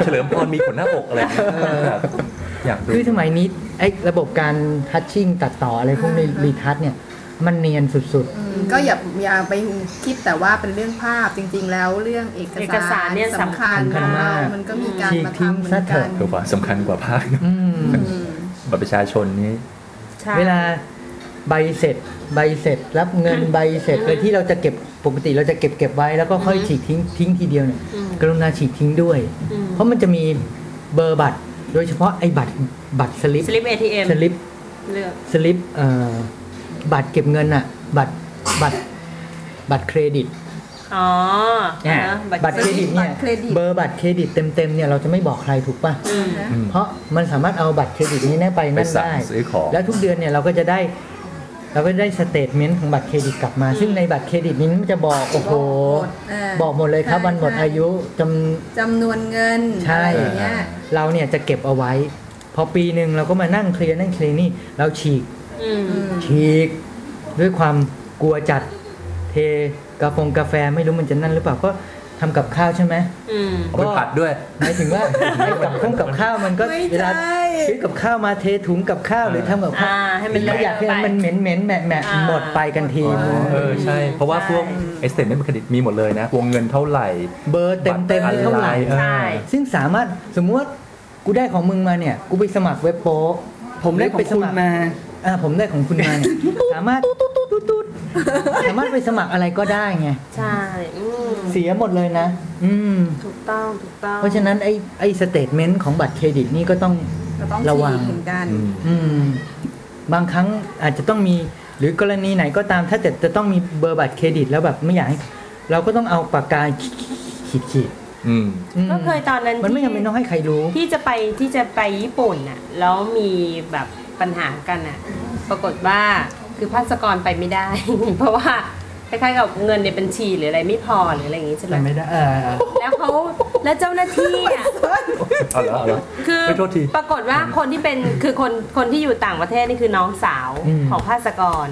[SPEAKER 2] เฉลิมพรมีขนหน้าอกอะไรอย่างเงี้ยแบบอยากดู
[SPEAKER 4] คือสมัยนี้ไอ้ระบบการทัชชิ่งตัดต่ออะไรพวกนี้
[SPEAKER 3] อ่า
[SPEAKER 4] รีทัชเนี่ย มันเนียนสุด
[SPEAKER 3] อืมก็อย่าอย่าไปคิดแต่ว่าเป็นเรื่องภาพจริง ๆ แล้วเรื่องเอก
[SPEAKER 5] เอกสารเนี่ยสำคัญ
[SPEAKER 3] สำ
[SPEAKER 4] มาก
[SPEAKER 3] มันก็มีการมา
[SPEAKER 4] ฉีกทิ้ง
[SPEAKER 3] ทำเหมือ
[SPEAKER 4] ซะ
[SPEAKER 3] น
[SPEAKER 4] เถ
[SPEAKER 3] กั
[SPEAKER 4] อะ
[SPEAKER 3] น
[SPEAKER 2] เออว่าสำคัญกว่าภาค
[SPEAKER 4] ๆอืม
[SPEAKER 3] อืม
[SPEAKER 2] บัตรประชาชนนี้
[SPEAKER 5] ใช่
[SPEAKER 4] เวลาใบเสร็จ ใบเสร็จ รับเงินใบเสร็จอะไรที่เราจะเก็บปกติเราจะเก็บเก็บไว้แล้วก็ค่อยฉีกทิ้งทิ้งทีเดียวเนี่ย
[SPEAKER 5] อืม
[SPEAKER 4] กรุณาฉีกทิ้งด้วย
[SPEAKER 5] อืม
[SPEAKER 4] เพราะมันจะมีเบอร์บัตร โดยเฉพาะไอ้บัตรบัตรสลิป
[SPEAKER 5] สลิป ATM
[SPEAKER 4] สลิป
[SPEAKER 5] เลือก
[SPEAKER 4] สลิปเอ่อบัตรเก็บเงินอะบัตรบัตรบัตรเครดิต
[SPEAKER 5] อ๋อ
[SPEAKER 4] อ่ะ
[SPEAKER 5] นะ
[SPEAKER 4] บัตรเครดิตเนี่ยเบอร์บัตรเครดิตเต็มๆเนี่ยเราจะไม่บอกใครถูกป่ะ
[SPEAKER 5] อืม
[SPEAKER 2] อืม
[SPEAKER 4] เพราะมันสามารถเอาบัตรเครดิตนี้เนี่ยไป
[SPEAKER 2] ไป
[SPEAKER 4] นั่น
[SPEAKER 2] สั่ง
[SPEAKER 4] ได้
[SPEAKER 2] ซื้อของ
[SPEAKER 4] แล้วทุกเดือนเนี่ยเราก็จะได้ เราก็จะได้สเตทเมนต์ของบัตรเครดิตกลับมา ซึ่งในบัตรเครดิตนี้มันจะบอกโอ้โห
[SPEAKER 3] เ
[SPEAKER 4] บอกหมดเลยครับ
[SPEAKER 3] ใช่
[SPEAKER 4] วันหมด
[SPEAKER 3] ใช่
[SPEAKER 4] อายุจำ
[SPEAKER 3] จำนวนเงินอะ
[SPEAKER 4] ใช่
[SPEAKER 3] ไรอย่างเงี้ย
[SPEAKER 4] เราเนี่ยจะเก็บเอาไว้ พอปีหนึ่งเราก็มานั่งเคลียร์นั่งเคลียร์นี่เราฉีก
[SPEAKER 5] อืม
[SPEAKER 3] อืม
[SPEAKER 4] ฉีกด้วยความกลัวจัดเทกระโปรงกาแฟไม่รู้มันจะนั่นหรือเปล่าก็ทำกับข้าวใช่ไหม
[SPEAKER 5] อืม
[SPEAKER 2] เอาไปผัดด้วย
[SPEAKER 4] หมายถึงว่าไอ้กับข้องกับข้าวมันก็
[SPEAKER 3] ไม่
[SPEAKER 4] เวลา
[SPEAKER 3] ใช่
[SPEAKER 4] ซื้อกับข้าวมาเทถุงกับข้าวหรือทำกับข้า
[SPEAKER 5] อ่าว ให้มัน
[SPEAKER 4] เราอยากให้
[SPEAKER 5] เลอะไป
[SPEAKER 4] มันเหม็นเหม็นๆแหมะแหมะ
[SPEAKER 5] อ่า
[SPEAKER 4] หมดไปกันที
[SPEAKER 2] เออใช่ เพราะว่าพวกเอสเตทเมนต์เครดิตมีหมดเลยนะ วงเงินเท่าไหร่
[SPEAKER 4] เบอร์เต็มเต็มๆนี่เท่าไหร่
[SPEAKER 2] บัตรออนไลน์
[SPEAKER 5] ใช่
[SPEAKER 4] ซึ่งสามารถสมมติว่ากูได้ของมึงมาเนี่ย กูไปสมัครเว็บโป๊ะ
[SPEAKER 1] ผมได้ของคุณมา
[SPEAKER 4] อ่าผมได้ของคุณมา เนี่ยสามารถสามารถไปสมัครอะไรก็ได้ไง
[SPEAKER 5] ใช่อืม
[SPEAKER 4] เสียหมดเลยนะ อืม
[SPEAKER 5] ถูกต้องถูกต้อง
[SPEAKER 4] เพราะฉะนั้นไอ้ไอ้สเตทเมนต์ของบัตรเครดิตนี่ก็ต้อง
[SPEAKER 3] ก็ต้อง
[SPEAKER 4] ระวั
[SPEAKER 3] ฉี
[SPEAKER 4] ง
[SPEAKER 3] กเหมือนกัน
[SPEAKER 2] อืม
[SPEAKER 4] อืม บางครั้งอาจจะต้องมี หรือกรณีไหนก็ตามถ้าจะจะต้องมีเบอร์บัตรเครดิต แล้วแบบไม่อยากให้เราก็ต้องเอาปากกาขีดขีด
[SPEAKER 2] อืม
[SPEAKER 4] อืม
[SPEAKER 5] ก็เคยตอนนั้น
[SPEAKER 4] มันไม่
[SPEAKER 5] ที่
[SPEAKER 4] จำเป็นต้องให้ใครรู้
[SPEAKER 5] ที่จะไปที่จะไปญี่ปุ่นน่ะแล้วมีแบบปัญหากันน่ะ ปรากฏว่าคือภาสกรไปไม่ได้ เพราะว่าคล้ายๆกับเงินในบัญชีหรืออะไรไม่พอหรืออะไรอย่างงี้ใช่ไหม
[SPEAKER 4] ไม่ได้เออ
[SPEAKER 5] แล้วเขาแล้วเจ้าหน้าที่อ่ะ
[SPEAKER 2] เอาเหรอเอาเหรอ
[SPEAKER 5] คือ
[SPEAKER 2] ไม่โทษที
[SPEAKER 5] ปรากฏว่าคนที่เป็นคือคนคนที่อยู่ต่างประเทศนี่คือน้องสาว
[SPEAKER 4] อืม
[SPEAKER 5] ของภาสกร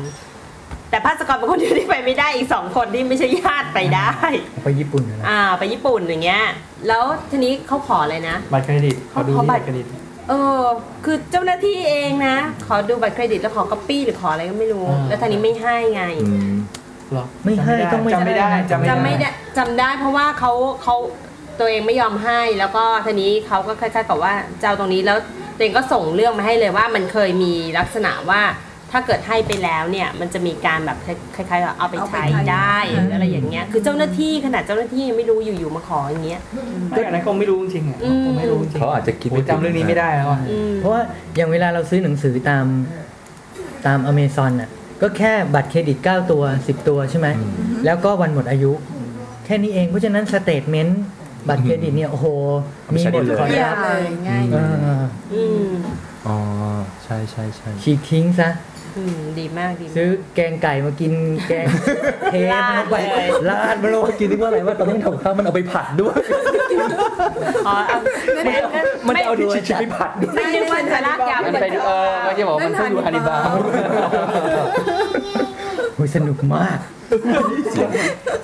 [SPEAKER 5] แต่ภาสกรเป็นคนเดียวที่ไปไม่ได้อีกสองคนที่ไม่ใช่ญาติไปได้
[SPEAKER 4] ไปญี่ปุ่นนะนะ
[SPEAKER 5] อ่าไปญี่ปุ่นอย่างเงี้ย แล้วทีนี้เขาขออะไรนะ
[SPEAKER 6] บัตรเครดิตขอดู
[SPEAKER 5] ขอ
[SPEAKER 6] ที่
[SPEAKER 5] บั
[SPEAKER 6] บั
[SPEAKER 5] ต
[SPEAKER 6] ตร
[SPEAKER 5] ร
[SPEAKER 6] เครดิต
[SPEAKER 5] เออ คือเจ้าหน้าที่เองนะ ขอดูบัตรเครดิตแล้วขอก๊อปปี้หรือขออะไรก็ไม่รู้
[SPEAKER 6] อ่า
[SPEAKER 5] แล้วทางนี้ไม่ให้ไง
[SPEAKER 2] อืม
[SPEAKER 6] หรอ
[SPEAKER 4] ไม่ให้ต้องไม่
[SPEAKER 6] จำไม่ได้จำไม่ได้
[SPEAKER 5] จำไม่ได้จำได้เพราะว่าเขาเขาตัวเองไม่ยอมให้แล้วก็ทีนี้เขาก็คล้ายๆกับว่าเจ้าตรงนี้แล้วตัวเองก็ส่งเรื่องมาให้เลยว่ามันเคยมีลักษณะว่าถ้าเกิดให้ไปแล้วเนี่ยมันจะมีการแบบคล้ายๆกับเอาไป
[SPEAKER 3] เอาไป
[SPEAKER 5] ใช้
[SPEAKER 3] ใช้
[SPEAKER 5] ได้หรืออะไรอย่างเงี้ยคือเจ้าหน้าที่ขนาดเจ้าหน้าที่ยังไม่รู้อยู่ๆมาขออย่างเงี้ย
[SPEAKER 6] ไม่อันนั้นคงไม่รู้จริงๆอ่ะ
[SPEAKER 5] อืม
[SPEAKER 6] คงไม่รู้จริง
[SPEAKER 2] เขาอาจจะคิดไม่
[SPEAKER 6] โยจำเรื่องนี้ไม่ได้แล้วอ่ะ
[SPEAKER 5] อืม
[SPEAKER 4] เพราะว่าอย่างเวลาเราซื้อหนังสือตามตามอเมซอนน่ะ ก็แค่บัตรเครดิต 9 ตัว 10 ตัวใช่ไหม
[SPEAKER 2] อืม
[SPEAKER 4] แล้วก็วันหมดอายุ แค่นี้เอง เพราะฉะนั้นสเตทเมนต์บัตรเครดิตเนี่ย โอ้โห มีหมดขอ
[SPEAKER 3] เรีย
[SPEAKER 4] รั
[SPEAKER 3] บบ เลยง่าย
[SPEAKER 4] เออ
[SPEAKER 5] อืม
[SPEAKER 2] อ๋อ ใช่ใช่ใช่
[SPEAKER 4] ฉีกทิ้งซะ
[SPEAKER 5] อืมดีมากดีมาก
[SPEAKER 4] ซื้อแกงไก่มากินแกง เทปลงไป
[SPEAKER 5] ลา
[SPEAKER 4] ลา
[SPEAKER 5] ดเลย
[SPEAKER 4] ดมาลง
[SPEAKER 2] เมื่อกี้นึกว่าอะไรว่าตอนที่มันทำกับข้าวมันเอาไปผัดด้วย
[SPEAKER 5] อ๋อเอาไม่
[SPEAKER 2] มัน
[SPEAKER 5] ไม่
[SPEAKER 2] เอาที่ชิบๆไปผัดด้วย
[SPEAKER 5] ไม่นึกว่าจะลากยาว
[SPEAKER 1] มันไปดูเออเมื่อกี้บอกว่ามันเพิ่งดูฮานิบาล
[SPEAKER 4] โอ้ยสนุกมาก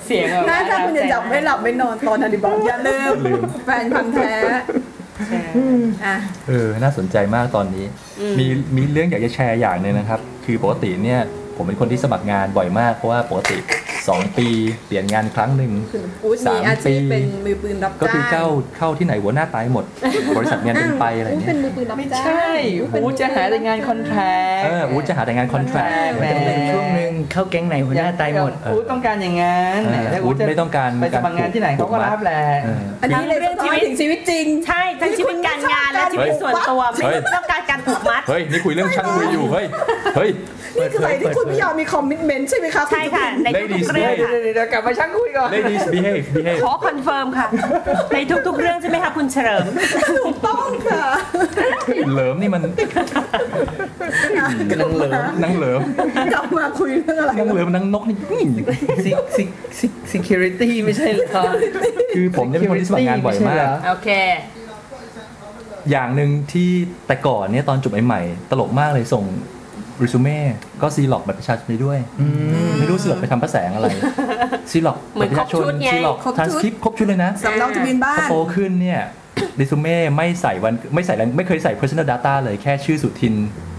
[SPEAKER 5] เสียงแบบ
[SPEAKER 3] น่าจะคุณจะจับไม่หลับไม่นอนตอนฮันดิบอลอย่าลืม
[SPEAKER 2] ลืม
[SPEAKER 3] แฟนพันธุ์แท้อ่ะ
[SPEAKER 2] เออ น่าสนใจมากตอนนี้ มีมีเรื่องอยากจะแชร์อย่างหนึงนะครับ คือปกติเนี่ย ผมเป็นคนที่สมัครงานบ่อยมาก เพราะว่าปกติ 2 ปีเปลี่ยนงานครั้งหนึ่ง
[SPEAKER 3] คุณอู๊ด
[SPEAKER 2] สา
[SPEAKER 3] มี
[SPEAKER 2] ม
[SPEAKER 3] อาชีพ
[SPEAKER 2] ปี
[SPEAKER 3] เป็นมือปืนรับ
[SPEAKER 2] ก็
[SPEAKER 3] จ้าง
[SPEAKER 2] คือเข้าเข้าที่ไหนหัวหน้าตายหมด บริษัทเงินเป็นไปอะไร
[SPEAKER 3] าวด
[SPEAKER 2] เนี่
[SPEAKER 3] เป็
[SPEAKER 2] ย
[SPEAKER 3] นมือปืนรับจ้าง
[SPEAKER 1] ใช่อูจะหาแต่งานคอนแทค
[SPEAKER 2] เอออูจะหาแต่งานคอนแทรค
[SPEAKER 1] แหม
[SPEAKER 4] เป็นช่วงหนึ่งเข้าแก๊งไหนหัวหน้าตายหมด
[SPEAKER 1] อูต้องการอย่างนั้นแหมถ้า
[SPEAKER 2] อู
[SPEAKER 1] อูจะ
[SPEAKER 2] ไม่ต้องการ
[SPEAKER 1] ไปสมัครงานที่ไหนเขาก็รับแหละ
[SPEAKER 2] เออ
[SPEAKER 3] อันนี้เลยเรื่องชีวิตถึงชีวิตจริง
[SPEAKER 5] ใช่ทั้งชีวิตการงานและชีวิตส่วนตัว
[SPEAKER 2] เฮ้ย
[SPEAKER 5] ต้องการการถูกมัด
[SPEAKER 2] เฮ้ย นี่คุยเรื่องช่างคุยอยู่ เฮ้ย เฮ้ย
[SPEAKER 3] นี่คืออะไรที่คุณไม่ยอมมีคอมมิชเมนต์ใช่ไหมคะ
[SPEAKER 5] ใช่ค่ะ ในทุกๆเรื่อง
[SPEAKER 1] เดี๋ยว
[SPEAKER 5] ค่ะ
[SPEAKER 1] เดี๋ยวเดี๋ยวกลับมาช่างคุยก่อน
[SPEAKER 2] ladies behave behave
[SPEAKER 5] ขอคอนเฟิร์มค่ะ ในทุกๆเรื่องใช่ไหมคะคุณเฉลิม
[SPEAKER 3] ถูกต้องค่ะ
[SPEAKER 2] เหลิมนี่มัน
[SPEAKER 1] นังเหลิม
[SPEAKER 2] นางเหลิม
[SPEAKER 3] กลับมาคุยเรื่องอะไร
[SPEAKER 2] นางเหลิมนางนกนี่
[SPEAKER 1] security ไม่ใช่เหรอ
[SPEAKER 2] คือผมเนี่ยเป็นคนที่สมัครงานบ่อย
[SPEAKER 1] ไม่ใช่
[SPEAKER 2] มา
[SPEAKER 1] เหร
[SPEAKER 2] ก
[SPEAKER 1] อ
[SPEAKER 5] โอเค
[SPEAKER 2] อย่างหนึ่งที่แต่ก่อนเนี่ยตอนจบใหม่ๆ ตลกมากเลยส่งรีสูเม่ก็ซีล็อกบัตรประชาชนไปด้วย ไม่รู้ซีล็อกไปทำพระแสงอะไร ซีล็อก
[SPEAKER 5] เหมื
[SPEAKER 2] บั
[SPEAKER 5] อ
[SPEAKER 2] ตรป
[SPEAKER 5] น
[SPEAKER 2] ระชาชน
[SPEAKER 5] ครบชุดไง
[SPEAKER 2] ซีล็อก
[SPEAKER 3] ครบ
[SPEAKER 2] ท
[SPEAKER 3] ชุด
[SPEAKER 2] รานสคริปครบชุดเลยนะ
[SPEAKER 3] สำเนาทะเบียนบ้า
[SPEAKER 2] พอน โตขึ้นเนี่ยรีสูเม่ไม่ใส่วันไม่ใส่ไม่เคยใส่ personal data เลยแค่ชื่อสุทิน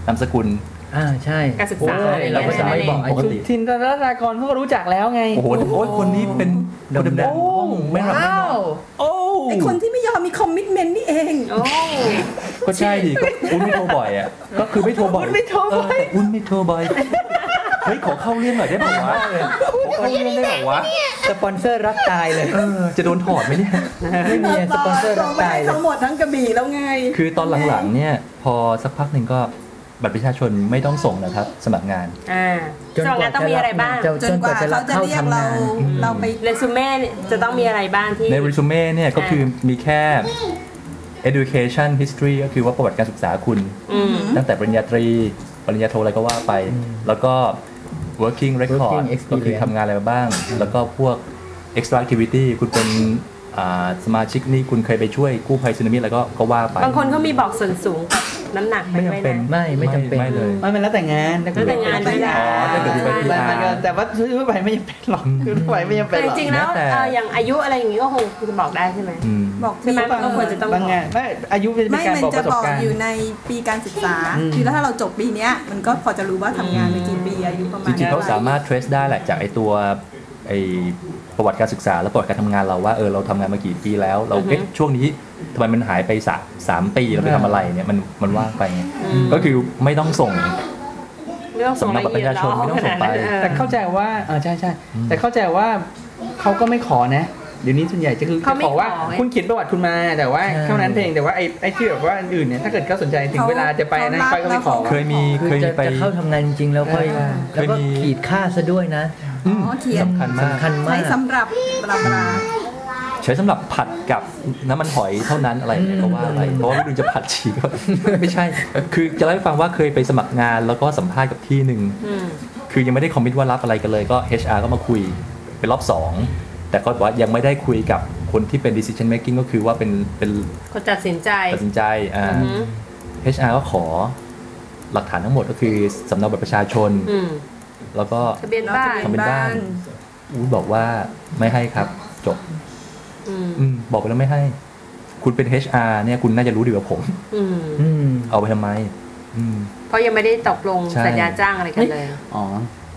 [SPEAKER 2] นามสกุล
[SPEAKER 4] อ่าใช่
[SPEAKER 5] การศึกษา
[SPEAKER 4] โอ้ยเราก็จะไม่บอกอา
[SPEAKER 2] ปก
[SPEAKER 4] ยุ
[SPEAKER 2] ติ
[SPEAKER 1] ทินตรัตนากรเขาก็รู้จักแล้วไง
[SPEAKER 2] โอ้โหโอ้ยคนนี้เป็น
[SPEAKER 4] ดำๆ
[SPEAKER 2] คนดำๆห้องไม่รับไม่น
[SPEAKER 1] ว้า
[SPEAKER 2] อน
[SPEAKER 1] ว
[SPEAKER 2] โอ้
[SPEAKER 3] ไอคนที่ไม่ยอมมีคอมมิชเมนต์นี่เอง
[SPEAKER 5] โอ้
[SPEAKER 2] ก็ใช่ดิก็อุ้นไม่โทรบ่อยอ่ะก็คือไม่โทรบ่อย
[SPEAKER 1] อุ้นไม่โทรบ่อย
[SPEAKER 2] เแต่อุ้นไม่โทรบ่อยเฮ้ยขอเข้าเรื่องหน่อยได้ไหมวะขอเข้าเรื่องได้ไหมวะ
[SPEAKER 4] สปอนเซอร์รักตาย เลย
[SPEAKER 2] เออจะโดนถอดไหมเนี่ย
[SPEAKER 4] ไม่มีสปอนเซอร์รั
[SPEAKER 3] เรา
[SPEAKER 4] ก
[SPEAKER 3] ไป
[SPEAKER 4] ตาย
[SPEAKER 3] ให้
[SPEAKER 4] เลย
[SPEAKER 3] ทั้งหมดทั้งกระบี่แล้วไง
[SPEAKER 2] คือตอนหลังๆเนี่ย พอสักพักหนึ่งก็บัตรประชาชนไม่ต้องส่งนะครับ สมัครงาน
[SPEAKER 5] อ่า
[SPEAKER 4] จน
[SPEAKER 5] สอง
[SPEAKER 4] ก
[SPEAKER 5] งา
[SPEAKER 4] ว่าน
[SPEAKER 5] ต้องมีอะไรบ้าง
[SPEAKER 4] จะ
[SPEAKER 3] จ
[SPEAKER 4] จ
[SPEAKER 3] น
[SPEAKER 4] น
[SPEAKER 3] ก
[SPEAKER 4] ก
[SPEAKER 3] ว่า
[SPEAKER 4] ว่าจะรั
[SPEAKER 3] เขา
[SPEAKER 4] บ
[SPEAKER 3] จะ
[SPEAKER 4] เข้า
[SPEAKER 3] เรียก
[SPEAKER 4] ทำ
[SPEAKER 3] เรา
[SPEAKER 4] งาน
[SPEAKER 3] เราไป
[SPEAKER 5] เรซูเม่จะต้องมีอะไรบ้างที่
[SPEAKER 2] ในรี s ูเม่เนี่ยก็คือ
[SPEAKER 5] อ่ามี
[SPEAKER 2] มีแค่ education history ก็คือว่าประวัติการศึกษาคุณ
[SPEAKER 5] อืม
[SPEAKER 2] ตั้งแต่ปริญญาตรี ปริญญาโทอะไรก็ว่าไป แล้วก็ working record
[SPEAKER 4] Working
[SPEAKER 2] ก็คือ
[SPEAKER 4] experience
[SPEAKER 2] ทำงานอะไรมาบ้าง แล้วก็พวก extra activity คุณเป็นอ่าสมาชิกนี่คุณเคยไปช่วยกู้ภัยสึนามิอะไรก็ก็ว่าไป
[SPEAKER 5] บางคนเขามีบอกส่วนสูง น้ำหนักไป
[SPEAKER 2] ไม่
[SPEAKER 5] ด้ว
[SPEAKER 2] จำ
[SPEAKER 5] ย
[SPEAKER 2] เป็น
[SPEAKER 5] นะ
[SPEAKER 4] ไม่ไม่จำเป็น
[SPEAKER 2] ไม่เลย
[SPEAKER 6] ไม่มันแล้วแต่งาน
[SPEAKER 5] แล้วแต่งาน
[SPEAKER 6] ไป
[SPEAKER 3] ด้วยนะ
[SPEAKER 2] อ๋อถ้าเกิดดูไปที่
[SPEAKER 6] แต่
[SPEAKER 2] ร้า
[SPEAKER 6] มันก็
[SPEAKER 2] น
[SPEAKER 6] แต่ว่าซื้อไปไม่ยังเป็นหรอก
[SPEAKER 2] อืม
[SPEAKER 6] ซื้อไปไม่ยังเป็น
[SPEAKER 5] แต่
[SPEAKER 6] ห
[SPEAKER 5] จ
[SPEAKER 6] รอก
[SPEAKER 5] ริงๆแล้ว
[SPEAKER 2] แล้วแต่
[SPEAKER 5] เอ่ออย่างอายุอะไรอย่างงี้ก็คงจะบอกได้ใช่ไหม
[SPEAKER 2] อืม
[SPEAKER 3] บอก
[SPEAKER 5] ใช่ไหม
[SPEAKER 3] ปีกว่า
[SPEAKER 5] ก็ควรจะต้อง
[SPEAKER 6] บางงานไม่อายุเป็น
[SPEAKER 3] ไม่
[SPEAKER 6] การ
[SPEAKER 3] มัน
[SPEAKER 6] บอกป
[SPEAKER 3] จะ
[SPEAKER 6] ระส
[SPEAKER 3] บบ อก
[SPEAKER 6] การณ์
[SPEAKER 3] อยู่ในปีการศึกษา
[SPEAKER 6] อืม
[SPEAKER 3] คือถ้าเราจบปีเนี้ย มันก็พอจะรู้ว่าทำงานไปกี่ปีอายุประมา
[SPEAKER 2] จ
[SPEAKER 3] ณ
[SPEAKER 2] ริงๆเขา
[SPEAKER 3] ท่ไห
[SPEAKER 2] สามารถ trace ได้แหละจากไอตัวไอประวัติการศึกษาและประวัติการทำงานเราว่าเออเราทำงานมากี่ปีแล้ว เรา
[SPEAKER 5] อือฮึ
[SPEAKER 2] เอ๊ะช่วงนี้ทำไมมันหายไปสามสามปีเราไปทำอะไรเนี่ยมันมันว่างไปไง
[SPEAKER 5] อืม
[SPEAKER 2] ก็คือไม่ต้องส่ง
[SPEAKER 5] เรื่องส่ง
[SPEAKER 2] สำนั
[SPEAKER 5] ราก ย
[SPEAKER 2] บัตรป
[SPEAKER 5] ละเอี
[SPEAKER 2] ระ
[SPEAKER 5] ย
[SPEAKER 2] ชาช
[SPEAKER 5] ด
[SPEAKER 2] น
[SPEAKER 5] เรา
[SPEAKER 2] ไม่ต้อง
[SPEAKER 5] ข
[SPEAKER 2] ส่
[SPEAKER 5] นาง ด
[SPEAKER 2] ไป
[SPEAKER 5] นั้นเออ
[SPEAKER 6] แต่เข้าใจว่าเออใช่ใช่แต่เข้าใจว่าเขาก็ไม่ขอนะ เดี๋ยวนี้ส่วนใหญ่จะคือ
[SPEAKER 5] เขาไม่
[SPEAKER 6] ขอว่า
[SPEAKER 5] ขอไง
[SPEAKER 6] คุณเขียนประวัติคุณมาแต่ว่า
[SPEAKER 4] ใช่
[SPEAKER 6] เท่านั้นเพลงแต่ว่าไอ้ไอ้ที่แบบว่าอันอื่นเนี่ยถ้าเกิดเขาสนใจถึงเวลาจะไปนะไปก็ไม่ขอ
[SPEAKER 3] เขา
[SPEAKER 2] เคยมี
[SPEAKER 4] คือ
[SPEAKER 2] เคย
[SPEAKER 4] จะ
[SPEAKER 2] มีไป
[SPEAKER 4] จะเข้าทำงานจริงๆแล้วค่อย
[SPEAKER 6] เออ
[SPEAKER 4] แล้วก็
[SPEAKER 2] เคยมี
[SPEAKER 4] ขีดค่าซะด้วยนะ
[SPEAKER 2] อืม
[SPEAKER 3] อ๋อเขียน
[SPEAKER 2] สำคัญมาก
[SPEAKER 4] สำคัญ
[SPEAKER 3] ใช้
[SPEAKER 4] มาก
[SPEAKER 3] สำหรับปลาปลา
[SPEAKER 2] ใช้สำหรับผัดกับน้ำมันหอยเท่านั้นอะไรเนี่ยก็ว่าไปเพราะว่าไม่รู้ จะผัดฉีก ไม่ใช่ คือจะเล่าให้ฟังว่าเคยไปสมัครงานแล้วก็สัมภาษณ์กับที่หนึ่ง
[SPEAKER 5] อืม
[SPEAKER 2] คือยังไม่ได้คอมมิตว่ารับอะไรกันเลยก็ HR ก็มาคุยเป็นรอบ 2 แต่ก็บอกว่ายังไม่ได้คุยกับคนที่เป็น decision making ก็คือว่าเป็นเป็น
[SPEAKER 5] คนตัดสินใจ
[SPEAKER 2] ตัดสินใจอ่า
[SPEAKER 5] อือหือ
[SPEAKER 2] HR ก็ขอหลักฐานทั้งหมดก็คือสำเนาบัตรประชาชน
[SPEAKER 5] อืม
[SPEAKER 2] แล้วก็
[SPEAKER 5] ทะเบียนบ้าน
[SPEAKER 2] ทะเบียน อู้บอกว่าไม่ให้ครับจบ
[SPEAKER 5] อืม
[SPEAKER 2] อมบอกไปแล้วไม่ให้ คุณเป็น HR เนี่ยคุณน่าจะรู้ดีกว่าผม
[SPEAKER 5] อืม
[SPEAKER 4] อืม
[SPEAKER 2] เอาไปทำไม อืม
[SPEAKER 5] เพราะยังไม่ได้ตกลง
[SPEAKER 2] ใช่
[SPEAKER 5] สัญญาจ้างอะไรกันเลย
[SPEAKER 6] อ๋อ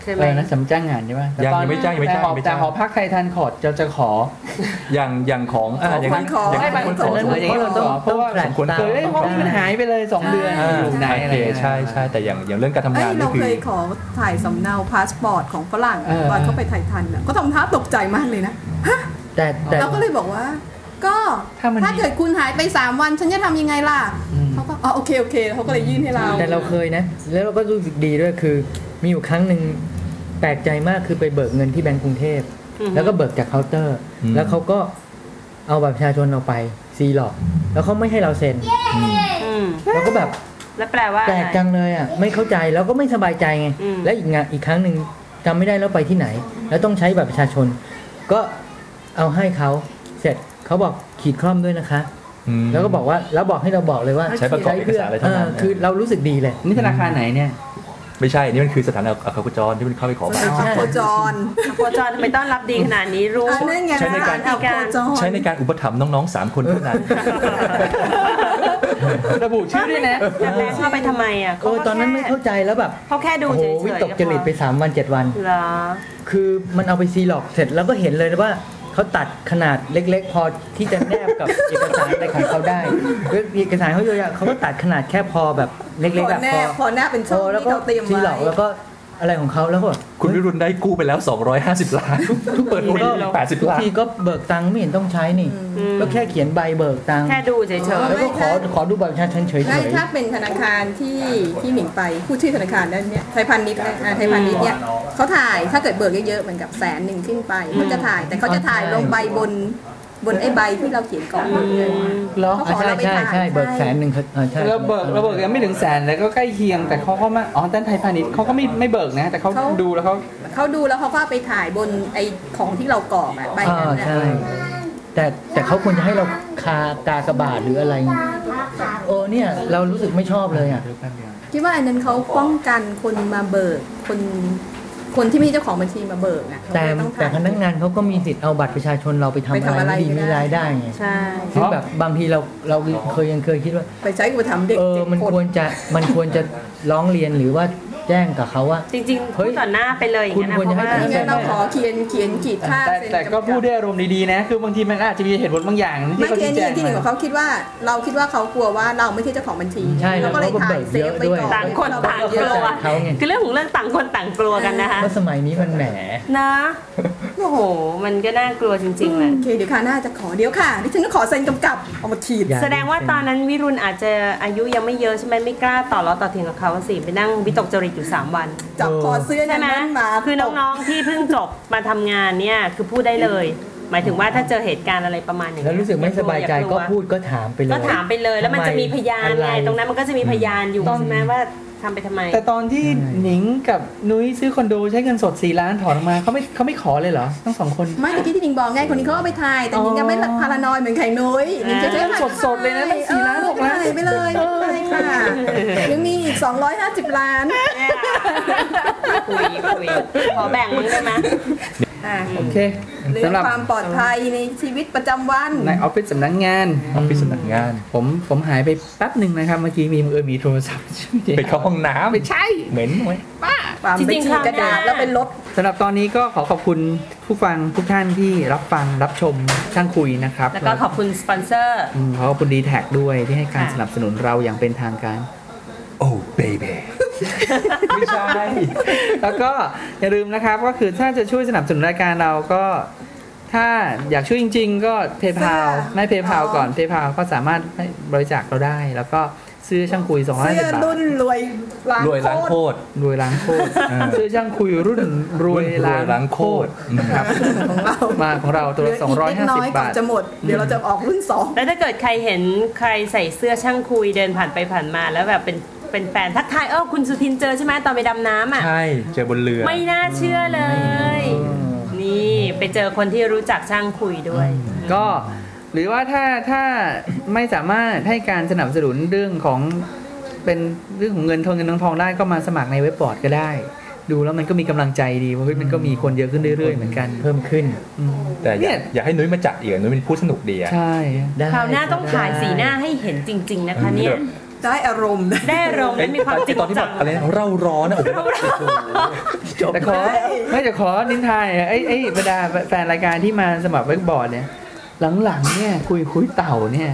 [SPEAKER 5] ใช่ไหม
[SPEAKER 6] เออนะสำจ้างงานใช่ไหมแต่
[SPEAKER 2] ยัง
[SPEAKER 6] ตอน
[SPEAKER 2] ยังไม่จ้างยังไม่
[SPEAKER 6] แต่
[SPEAKER 2] จ้าง
[SPEAKER 6] หอ
[SPEAKER 2] ยังไม่
[SPEAKER 6] แต่
[SPEAKER 2] จ้าง
[SPEAKER 6] หอพักไทยทันขอดจะจะขอ
[SPEAKER 2] อย่างอย่างของอ่าอย่าง
[SPEAKER 3] ขอ
[SPEAKER 2] อย่าง
[SPEAKER 3] ให้
[SPEAKER 2] ค
[SPEAKER 3] มัน
[SPEAKER 2] นข
[SPEAKER 3] ขอ
[SPEAKER 2] อ
[SPEAKER 6] เอออย่างนี้เราต้อง
[SPEAKER 4] ต้อง
[SPEAKER 6] เพราะว่า
[SPEAKER 4] แปลก
[SPEAKER 2] คน
[SPEAKER 4] ตา
[SPEAKER 2] ข
[SPEAKER 6] เอ
[SPEAKER 2] อ
[SPEAKER 6] อเอ้ยห้องนี้มันหายไปเลยสองเดือน
[SPEAKER 5] ใช่
[SPEAKER 6] อยู่ไหน
[SPEAKER 2] โอ
[SPEAKER 6] อะไร
[SPEAKER 2] เค
[SPEAKER 6] อย่างเงี้ย
[SPEAKER 2] ใช่ใช่แต่อย่างอย่างเรื่องการทำ
[SPEAKER 3] เอ้
[SPEAKER 2] งาน
[SPEAKER 3] ยเรา
[SPEAKER 2] นี่คือ
[SPEAKER 3] เคยขอถ่ายสำเนาพาสปอร์ตของฝรั่ง
[SPEAKER 6] เออ
[SPEAKER 3] ตอนเขาไปถ่ายทันน่ะก็ทำท่าตกใจมากเลยนะ
[SPEAKER 4] แต่แต่
[SPEAKER 3] เราก็เลยบอกว่า ก็
[SPEAKER 6] ถ้ามัน
[SPEAKER 3] ถ้าเกิดคุณหายไป 3 วันฉันจะทำยังไงล่ะ
[SPEAKER 6] อืม
[SPEAKER 3] เขาก็อ๋อโอเคโอเคเขาก็เลยยื่นให้เรา
[SPEAKER 4] แต่เราเคยนะ แล้วเราก็รู้สึกดีด้วยคือ มีอยู่ครั้งหนึ่งแปลกใจมากคือไปเบิกเงินที่แบงก์กรุงเทพ
[SPEAKER 5] อืม
[SPEAKER 4] แล้วก็เบิกจากเคาน์เตอร์
[SPEAKER 2] อืม
[SPEAKER 4] แล้วเขาก็เอาบัตรประชาชนเราไปซีหลอก แล้วเขาไม่ให้เราเซ็น
[SPEAKER 2] อืม
[SPEAKER 5] อืม
[SPEAKER 4] เราก็แบบ
[SPEAKER 5] แล้วแปลว่า
[SPEAKER 4] แปลก
[SPEAKER 5] อะไร
[SPEAKER 4] จังเลยอ่ะไม่เข้าใจแล้วก็ไม่สบายใจไง
[SPEAKER 5] อืม
[SPEAKER 4] และอีกงานอีกครั้งหนึ่งจำไม่ได้แล้วไปที่ไหน แล้วต้องใช้บัตรประชาชน ก็เอาให้เขาเสร็จเขาบอกขีดคล่อมด้วยนะคะ แล้วก็บอกว่าแล้วบอกให้เราบอกเลยว่า
[SPEAKER 2] ใช้ประกอบเอกสารอะไรเท่านั้น
[SPEAKER 4] ออคือเรารู้สึกดีเลย
[SPEAKER 6] นี่ธนาคารไหนเนี่ย
[SPEAKER 2] ไม่ใช่ นี่มันคือสถานอาคาจรที่มันเข้าไปขอ
[SPEAKER 3] สถานอัโคจร
[SPEAKER 5] โคจรทำไมต้อนรับดีขนาดนี้รู้
[SPEAKER 3] อันนั้นไง
[SPEAKER 2] ใช้ใน
[SPEAKER 3] ส
[SPEAKER 2] กา
[SPEAKER 3] ถาร นอัโคจร
[SPEAKER 2] ใช้ในการอุปถัมภ์น้องๆ 3 คนเท่านั้น
[SPEAKER 6] ระบุชื่อด้วยนะ
[SPEAKER 5] แล้วแม่เข้าไปทำไมอ่ะ
[SPEAKER 4] เออตอนนั้นไม่เข้าใจแล้วแบบ
[SPEAKER 5] เขาแค่ดู
[SPEAKER 4] โอ้โห
[SPEAKER 5] เฉยๆ
[SPEAKER 4] วิตกจริตไป 3 วัน 7 วัน
[SPEAKER 5] เหรอ
[SPEAKER 4] คือมันเอาไปซีหลอกเสร็จแล้วก็เห็นเลยว่าเขาตัดขนาดเล็กๆ พอที่จะแนบกับ เอกสารอะไรของเขา ได้คือเอกสารเขาเยอะแยะเขาก็ตัดขนาดแค่พอแบบเล็ก
[SPEAKER 3] พ
[SPEAKER 4] ๆ
[SPEAKER 3] อ
[SPEAKER 4] อะ
[SPEAKER 3] แน่พ
[SPEAKER 4] พอ
[SPEAKER 3] อแน่เป็น
[SPEAKER 4] โอ
[SPEAKER 3] ช่อง
[SPEAKER 4] แล้ว
[SPEAKER 3] ที่
[SPEAKER 4] ก็
[SPEAKER 3] เราเตรียม
[SPEAKER 4] ซีหล
[SPEAKER 3] ไว้
[SPEAKER 4] อกแล้วก็อะไรของเขาแล้วก็
[SPEAKER 2] คุณวิรุณได้กู้ไปแล้ว 250 ล้านทุกเปิดโอน
[SPEAKER 4] ก็
[SPEAKER 2] แปดสิบล้าน
[SPEAKER 4] ทีก็เบิกตังค์ไม่เห็นต้องใช้นี่
[SPEAKER 5] อืม
[SPEAKER 4] ก็แค่เขียนใบเบิกตังค์
[SPEAKER 5] แค่ดูเฉยๆ
[SPEAKER 4] แล้วก็ขอขอดูบัตรประชาชนเฉย
[SPEAKER 3] ไม่
[SPEAKER 4] ๆ
[SPEAKER 3] ถ้าเป็นธนาคารที่ที่หมิงไปพูดชื่อธนาคารได้เนี่ยไทยพาณิชย์นะอ่าไทยพาณิชย์เนี่ยเขาถ่ายถ้าเกิดเบิกเยอะๆเหมือนกับแสนหนึ่งขึ้นไปเขาจะถ่ายแต่เขาจะถ่ายลงใบบนบนไอ้ใบที่เราเขียนกรอบเงิน
[SPEAKER 4] แล้ว
[SPEAKER 3] เขาขอ
[SPEAKER 4] ใช่
[SPEAKER 3] เราไป
[SPEAKER 4] ใช่
[SPEAKER 3] ถ่าย
[SPEAKER 4] ใช่
[SPEAKER 3] ให้
[SPEAKER 4] เบิกแสนหนึ่งเขาเออใช่
[SPEAKER 6] เราเบิกเราเบิกยังไม่ถึงแสนแล้วก็ใกล้เคียงแต่เขาก็มาอ๋อด้านไทยพาณิชย์เขาก็ไม่ไม่เบิกนะ แต่เขา
[SPEAKER 3] เขา
[SPEAKER 6] ดูแล้วเขา
[SPEAKER 3] เขาดูแล้วเขาก็เอาไปถ่ายบนไอ้ของที่เรากรอกอะใบ
[SPEAKER 4] เอ
[SPEAKER 3] นั้
[SPEAKER 4] อน
[SPEAKER 3] อะ
[SPEAKER 4] ใช่ แต่แต่เขาควรจะให้เราคากากบาทหรืออะไร โอ้เนี่ยเรารู้สึกไม่ชอบเลยอ่ะ
[SPEAKER 3] คิดว่าอันนั้นเขาป้องกันคนมาเบิกคนคนที่ไม่มีเจ้าของบัญชีมาเบิกนะเขา
[SPEAKER 4] แต่
[SPEAKER 3] ก็เลยองถ่าย
[SPEAKER 4] แต่พนักงานเขาก็มีสิทธิ์เอาบัตรประชาชนเราไปทำ
[SPEAKER 3] ไปทำ
[SPEAKER 4] อะ
[SPEAKER 3] อะไร
[SPEAKER 4] ไรไม่ดี
[SPEAKER 3] ไม่
[SPEAKER 4] ไม่
[SPEAKER 3] ได้
[SPEAKER 4] ร้ายได้ไง
[SPEAKER 5] ใช่
[SPEAKER 4] คือแบบบางทีเราเราเคยยังเคยคิดว่า
[SPEAKER 3] ไปใช้อุปถัมภ์เด็ก
[SPEAKER 4] เออ
[SPEAKER 3] เจ็ด
[SPEAKER 4] มัน
[SPEAKER 3] ค
[SPEAKER 4] ควร
[SPEAKER 3] น
[SPEAKER 4] จะมันควรจะร้องเรียนหรือว่าแจ้งกับเขาว่า
[SPEAKER 5] จริงๆ
[SPEAKER 4] เฮ้
[SPEAKER 5] พูด
[SPEAKER 4] ย
[SPEAKER 5] ต่อหน้าไปเลยอย่างนั้น
[SPEAKER 4] คุณ
[SPEAKER 5] นะ
[SPEAKER 4] ควร
[SPEAKER 5] เพ
[SPEAKER 4] จะ
[SPEAKER 5] ราะ
[SPEAKER 4] ให้
[SPEAKER 5] ว่า
[SPEAKER 3] นี่ไงเราขอเขียนเขียนขีดค่า
[SPEAKER 6] แต่
[SPEAKER 3] เซ็น
[SPEAKER 6] แต่ก็
[SPEAKER 3] ำบ
[SPEAKER 6] พูดด้วยอารมณ์ดีๆนะ คือบางทีมันอาจจะมีเหตุผลบางอย่างที่
[SPEAKER 3] ไม่
[SPEAKER 6] เขา
[SPEAKER 3] เขีย
[SPEAKER 6] ชี้
[SPEAKER 3] น
[SPEAKER 6] แจ
[SPEAKER 3] นี่
[SPEAKER 6] ง
[SPEAKER 3] ที่หนึ่งของเขาคิดว่าเราคิดว่าเขากลัวว่าเราไม่ใช่เจ้าของบัญชี
[SPEAKER 4] ใช่
[SPEAKER 3] เราก็เลยถ่ายเซฟไว้ก่อน
[SPEAKER 5] ต่างคนต่างกลัว
[SPEAKER 4] เขาไง
[SPEAKER 5] คือเรื่องของเรื่องต่างคนต่างกลัวกันนะคะ
[SPEAKER 4] เพราะสมัยนี้มันแหม
[SPEAKER 5] นะโอ้โห มันก็น่ากลัวจริงๆแหละ
[SPEAKER 3] โอเคเดี๋ยวค่ะน่าจะขอเดี๋ยวค่ะดิฉันก็ขอเซ็นกำกับเอามาขีด
[SPEAKER 4] อย่
[SPEAKER 5] แสดงว่าตอนนั้นวิรุณอาจจะอายุยังไม่เยอะใช่ไหมไม่กล้าต่อล้อต่อเถียงกับเขาสิไปนั่งวิตกจริตอยู่สามวัน
[SPEAKER 3] จับคอเสื้อ
[SPEAKER 5] ใช่
[SPEAKER 3] นั้น
[SPEAKER 5] ไหม
[SPEAKER 3] นั้นมา
[SPEAKER 5] คือน้องๆที่เพิ่งจบมาทำงานเนี่ยคือพูดได้เลย หมายถึงว่าถ้าเจอเหตุการณ์อะไรประมาณอย่าง
[SPEAKER 4] แล้ว
[SPEAKER 5] เงี้ย
[SPEAKER 4] รู้สึกไม่สบายใจ
[SPEAKER 5] อย่ลัว
[SPEAKER 4] ก็พูดก็ถามไปเลย
[SPEAKER 5] ก็ถามไปเลย แล้วมันจะมีพยาน
[SPEAKER 4] ทำม
[SPEAKER 5] ไงตรงนั้นมันก็จะมีพยานอยู่ใช่ไหมว่า ทำไปทำไม
[SPEAKER 6] แต่ตอนที่หนิงกับนุ้ยซื้อคอนโดใช้เงินสด 4 ล้านถอนออกมาเขาไม่เขาไม่ขอเลยเหรอ ทั้งสองคน
[SPEAKER 3] ไม่เมื่อกี้ที่นิงบอกไงคนนี้เขาเอาไปถ่าย แต่นิงก็ไม่พารานอยเหมือนไข่นุ้ยนิงจะใช้
[SPEAKER 6] เออสดๆเลยนะตั้งสี่ล้านหกล้าน
[SPEAKER 3] เออไปเลยไปเลยค่ะหรือมีอีก 250 ล้าน
[SPEAKER 5] คุยคุย ขอแบ่งมึงได้ไหม
[SPEAKER 3] อ่ะ
[SPEAKER 1] โอเค
[SPEAKER 3] หรือ
[SPEAKER 1] สำหรับ
[SPEAKER 3] ความปลอดภัยในชีวิตประจำวัน
[SPEAKER 1] ในออฟฟิศสำนักงาน
[SPEAKER 2] ออฟฟิศสำนักงาน
[SPEAKER 1] ผมผมหายไปแป๊บหนึ่งนะครับ เมื่อกี้มีมืออมีโทรศัพท์
[SPEAKER 2] ไปเข้าห้องน้ำ
[SPEAKER 1] ไม่ใช่
[SPEAKER 2] เหม็นไหม
[SPEAKER 3] ความไป
[SPEAKER 5] จริงๆ
[SPEAKER 3] ฉีกกระดาษ
[SPEAKER 5] ค่ะ
[SPEAKER 3] แล้วเป็นลบ
[SPEAKER 1] สำหรับตอนนี้ก็ขอขอบคุณผู้ฟังทุกท่านที่รับฟังรับชมช่างคุยนะครับ
[SPEAKER 5] แล้วก็ขอบคุณสปอนเซอร์
[SPEAKER 1] อืมขอขอบคุณดีแท็ด้วยที่ให้การ
[SPEAKER 5] ค่ะ
[SPEAKER 1] สนับสนุนเราอย่างเป็นทางการ
[SPEAKER 2] โอ้เบบีไม่ใช่
[SPEAKER 1] แล้วก็อย่าลืมนะครับก็คือถ้าจะช่วยสนับสนุนรายการเราก็ ถ้าอยากช่วยจริง ๆ ก็เพย์พาไม่เพย์พาก่อนเพย์พาก็สามารถให้บริจาคเราได้ แล้วก็ซื้อช่างคุย2 5 0
[SPEAKER 3] เสื้อบ
[SPEAKER 1] าท
[SPEAKER 3] รุ่นรวยล้าง
[SPEAKER 2] รวยล้าง
[SPEAKER 3] โค
[SPEAKER 2] โค
[SPEAKER 3] ต
[SPEAKER 2] ต
[SPEAKER 3] ร
[SPEAKER 2] ร
[SPEAKER 1] รวยล้างโคตร
[SPEAKER 2] อ่า
[SPEAKER 1] ซื้อช่างคุยรุ่นรวย
[SPEAKER 2] รวยล้า
[SPEAKER 1] ล้าง ง
[SPEAKER 2] โค
[SPEAKER 1] โคต
[SPEAKER 2] ตร
[SPEAKER 1] ร
[SPEAKER 2] นะครับ
[SPEAKER 3] ของเรา
[SPEAKER 1] มาของเราตัว
[SPEAKER 3] เหลื
[SPEAKER 1] ละ
[SPEAKER 3] ออีกเล็กน้อยก่อบ
[SPEAKER 1] 250าน ท
[SPEAKER 3] จะหมด เดี๋ยวเราจะออกรุ่นสอง
[SPEAKER 5] แล้วถ้าเกิดใครเห็นใครใส่เสื้อช่างคุยเดินผ่านไปผ่านมา แล้วแบบเป็นเป็นแฟนทักทายเออคุณสุทินเจอใช่ไหมตอนไปดำน้ำอ่ะ
[SPEAKER 2] ใช่ เจอบนเรือ
[SPEAKER 5] ไม่น่าเชื่อเลย นี่ไปเจอคนที่รู้จักช่างคุยด้วย
[SPEAKER 1] ก็หรือว่าถ้าถ้าไม่สามารถให้การสนับสนุนเรื่องของเป็นเรื่องของเงินทองเงินทองทองได้ก็มาสมัครในเว็บบอร์ดก็ได้ ดูแล้วมันก็มีกำลังใจดีว่าเฮ้ยมันก็มีคนเยอะขึ้นเรื่อยๆเหมือนกัน
[SPEAKER 4] เพิ่มขึ้น
[SPEAKER 1] อืม
[SPEAKER 2] แต่อ
[SPEAKER 1] เนี่ย
[SPEAKER 2] าย กอยากให้นุ้ยมาจัดอีกอะนุ้ยเป็นผู้สนุกดีอะ
[SPEAKER 1] ใช่
[SPEAKER 4] ได้
[SPEAKER 5] คราวหน้าต้องถ่าย
[SPEAKER 4] ได้
[SPEAKER 5] สีหน้าให้เห็นจริง ๆ นะคะเนี่ย
[SPEAKER 3] ได้อารมณ์
[SPEAKER 5] ได้อารมณ์
[SPEAKER 2] เอ้ย
[SPEAKER 5] และมีความจริง
[SPEAKER 2] ตอนที่
[SPEAKER 5] จั
[SPEAKER 2] แบบ
[SPEAKER 5] ง
[SPEAKER 2] อะไรนะเร่าร้อนอะโอ้โห
[SPEAKER 1] แต่ขอไม่จะขอนินทายไอ้ไอ้ยบรรดาแฟนรายการที่มาสมัครเว็บบอร์ดเนี่ย หลังๆเนี่ยคุยคุยเต่าเนี่ย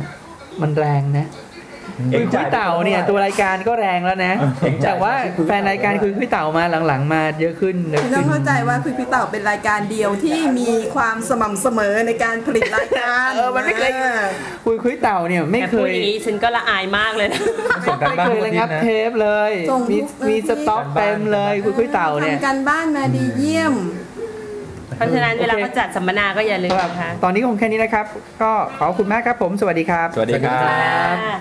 [SPEAKER 1] มันแรงนะ คุยคุยเต่าเนี่ยตัวรายการก็แรงแล้วนะ แต่ว่าแฟนรายการคุยคุยเต่ามาหลังๆ มาเยอะขึ้นเยอะ
[SPEAKER 3] คุณต้
[SPEAKER 1] ขึ้
[SPEAKER 3] อง
[SPEAKER 1] น
[SPEAKER 3] เข้าใจว่าคุณพี่เต่าเป็นรายการเดียวที่มีความสม่ำเสมอในการผลิตรายการ
[SPEAKER 1] เออมันไม่เคย
[SPEAKER 3] ออ
[SPEAKER 1] คุยคุยเต่าเนี่ยไม่
[SPEAKER 5] แต่
[SPEAKER 1] เค
[SPEAKER 5] พูด
[SPEAKER 1] ย
[SPEAKER 5] อย่างนี้ฉันก็ละอายมากเลยนะ
[SPEAKER 2] ส่งกัน
[SPEAKER 1] ไม่
[SPEAKER 2] บ้าน
[SPEAKER 1] เคยระ
[SPEAKER 2] ทุกอาทิ
[SPEAKER 1] งั
[SPEAKER 2] ต
[SPEAKER 1] บ
[SPEAKER 2] ย์นะ
[SPEAKER 1] เทปเลย มีมีสต็อกเต็มเลยคุยคุยเต่าเนี่ย
[SPEAKER 3] ทำการบ้านมาดีเยี่ยม
[SPEAKER 5] เพราะฉะนั้นเวลาเขาจัดสัมมนาก็อย่าลืมนะคะ
[SPEAKER 1] ตอนนี้คงแค่นี้นะครับ ก็ขอบคุณมากครับผม สวัสดีครับ
[SPEAKER 2] สวัสดีครับ
[SPEAKER 5] ค่ะ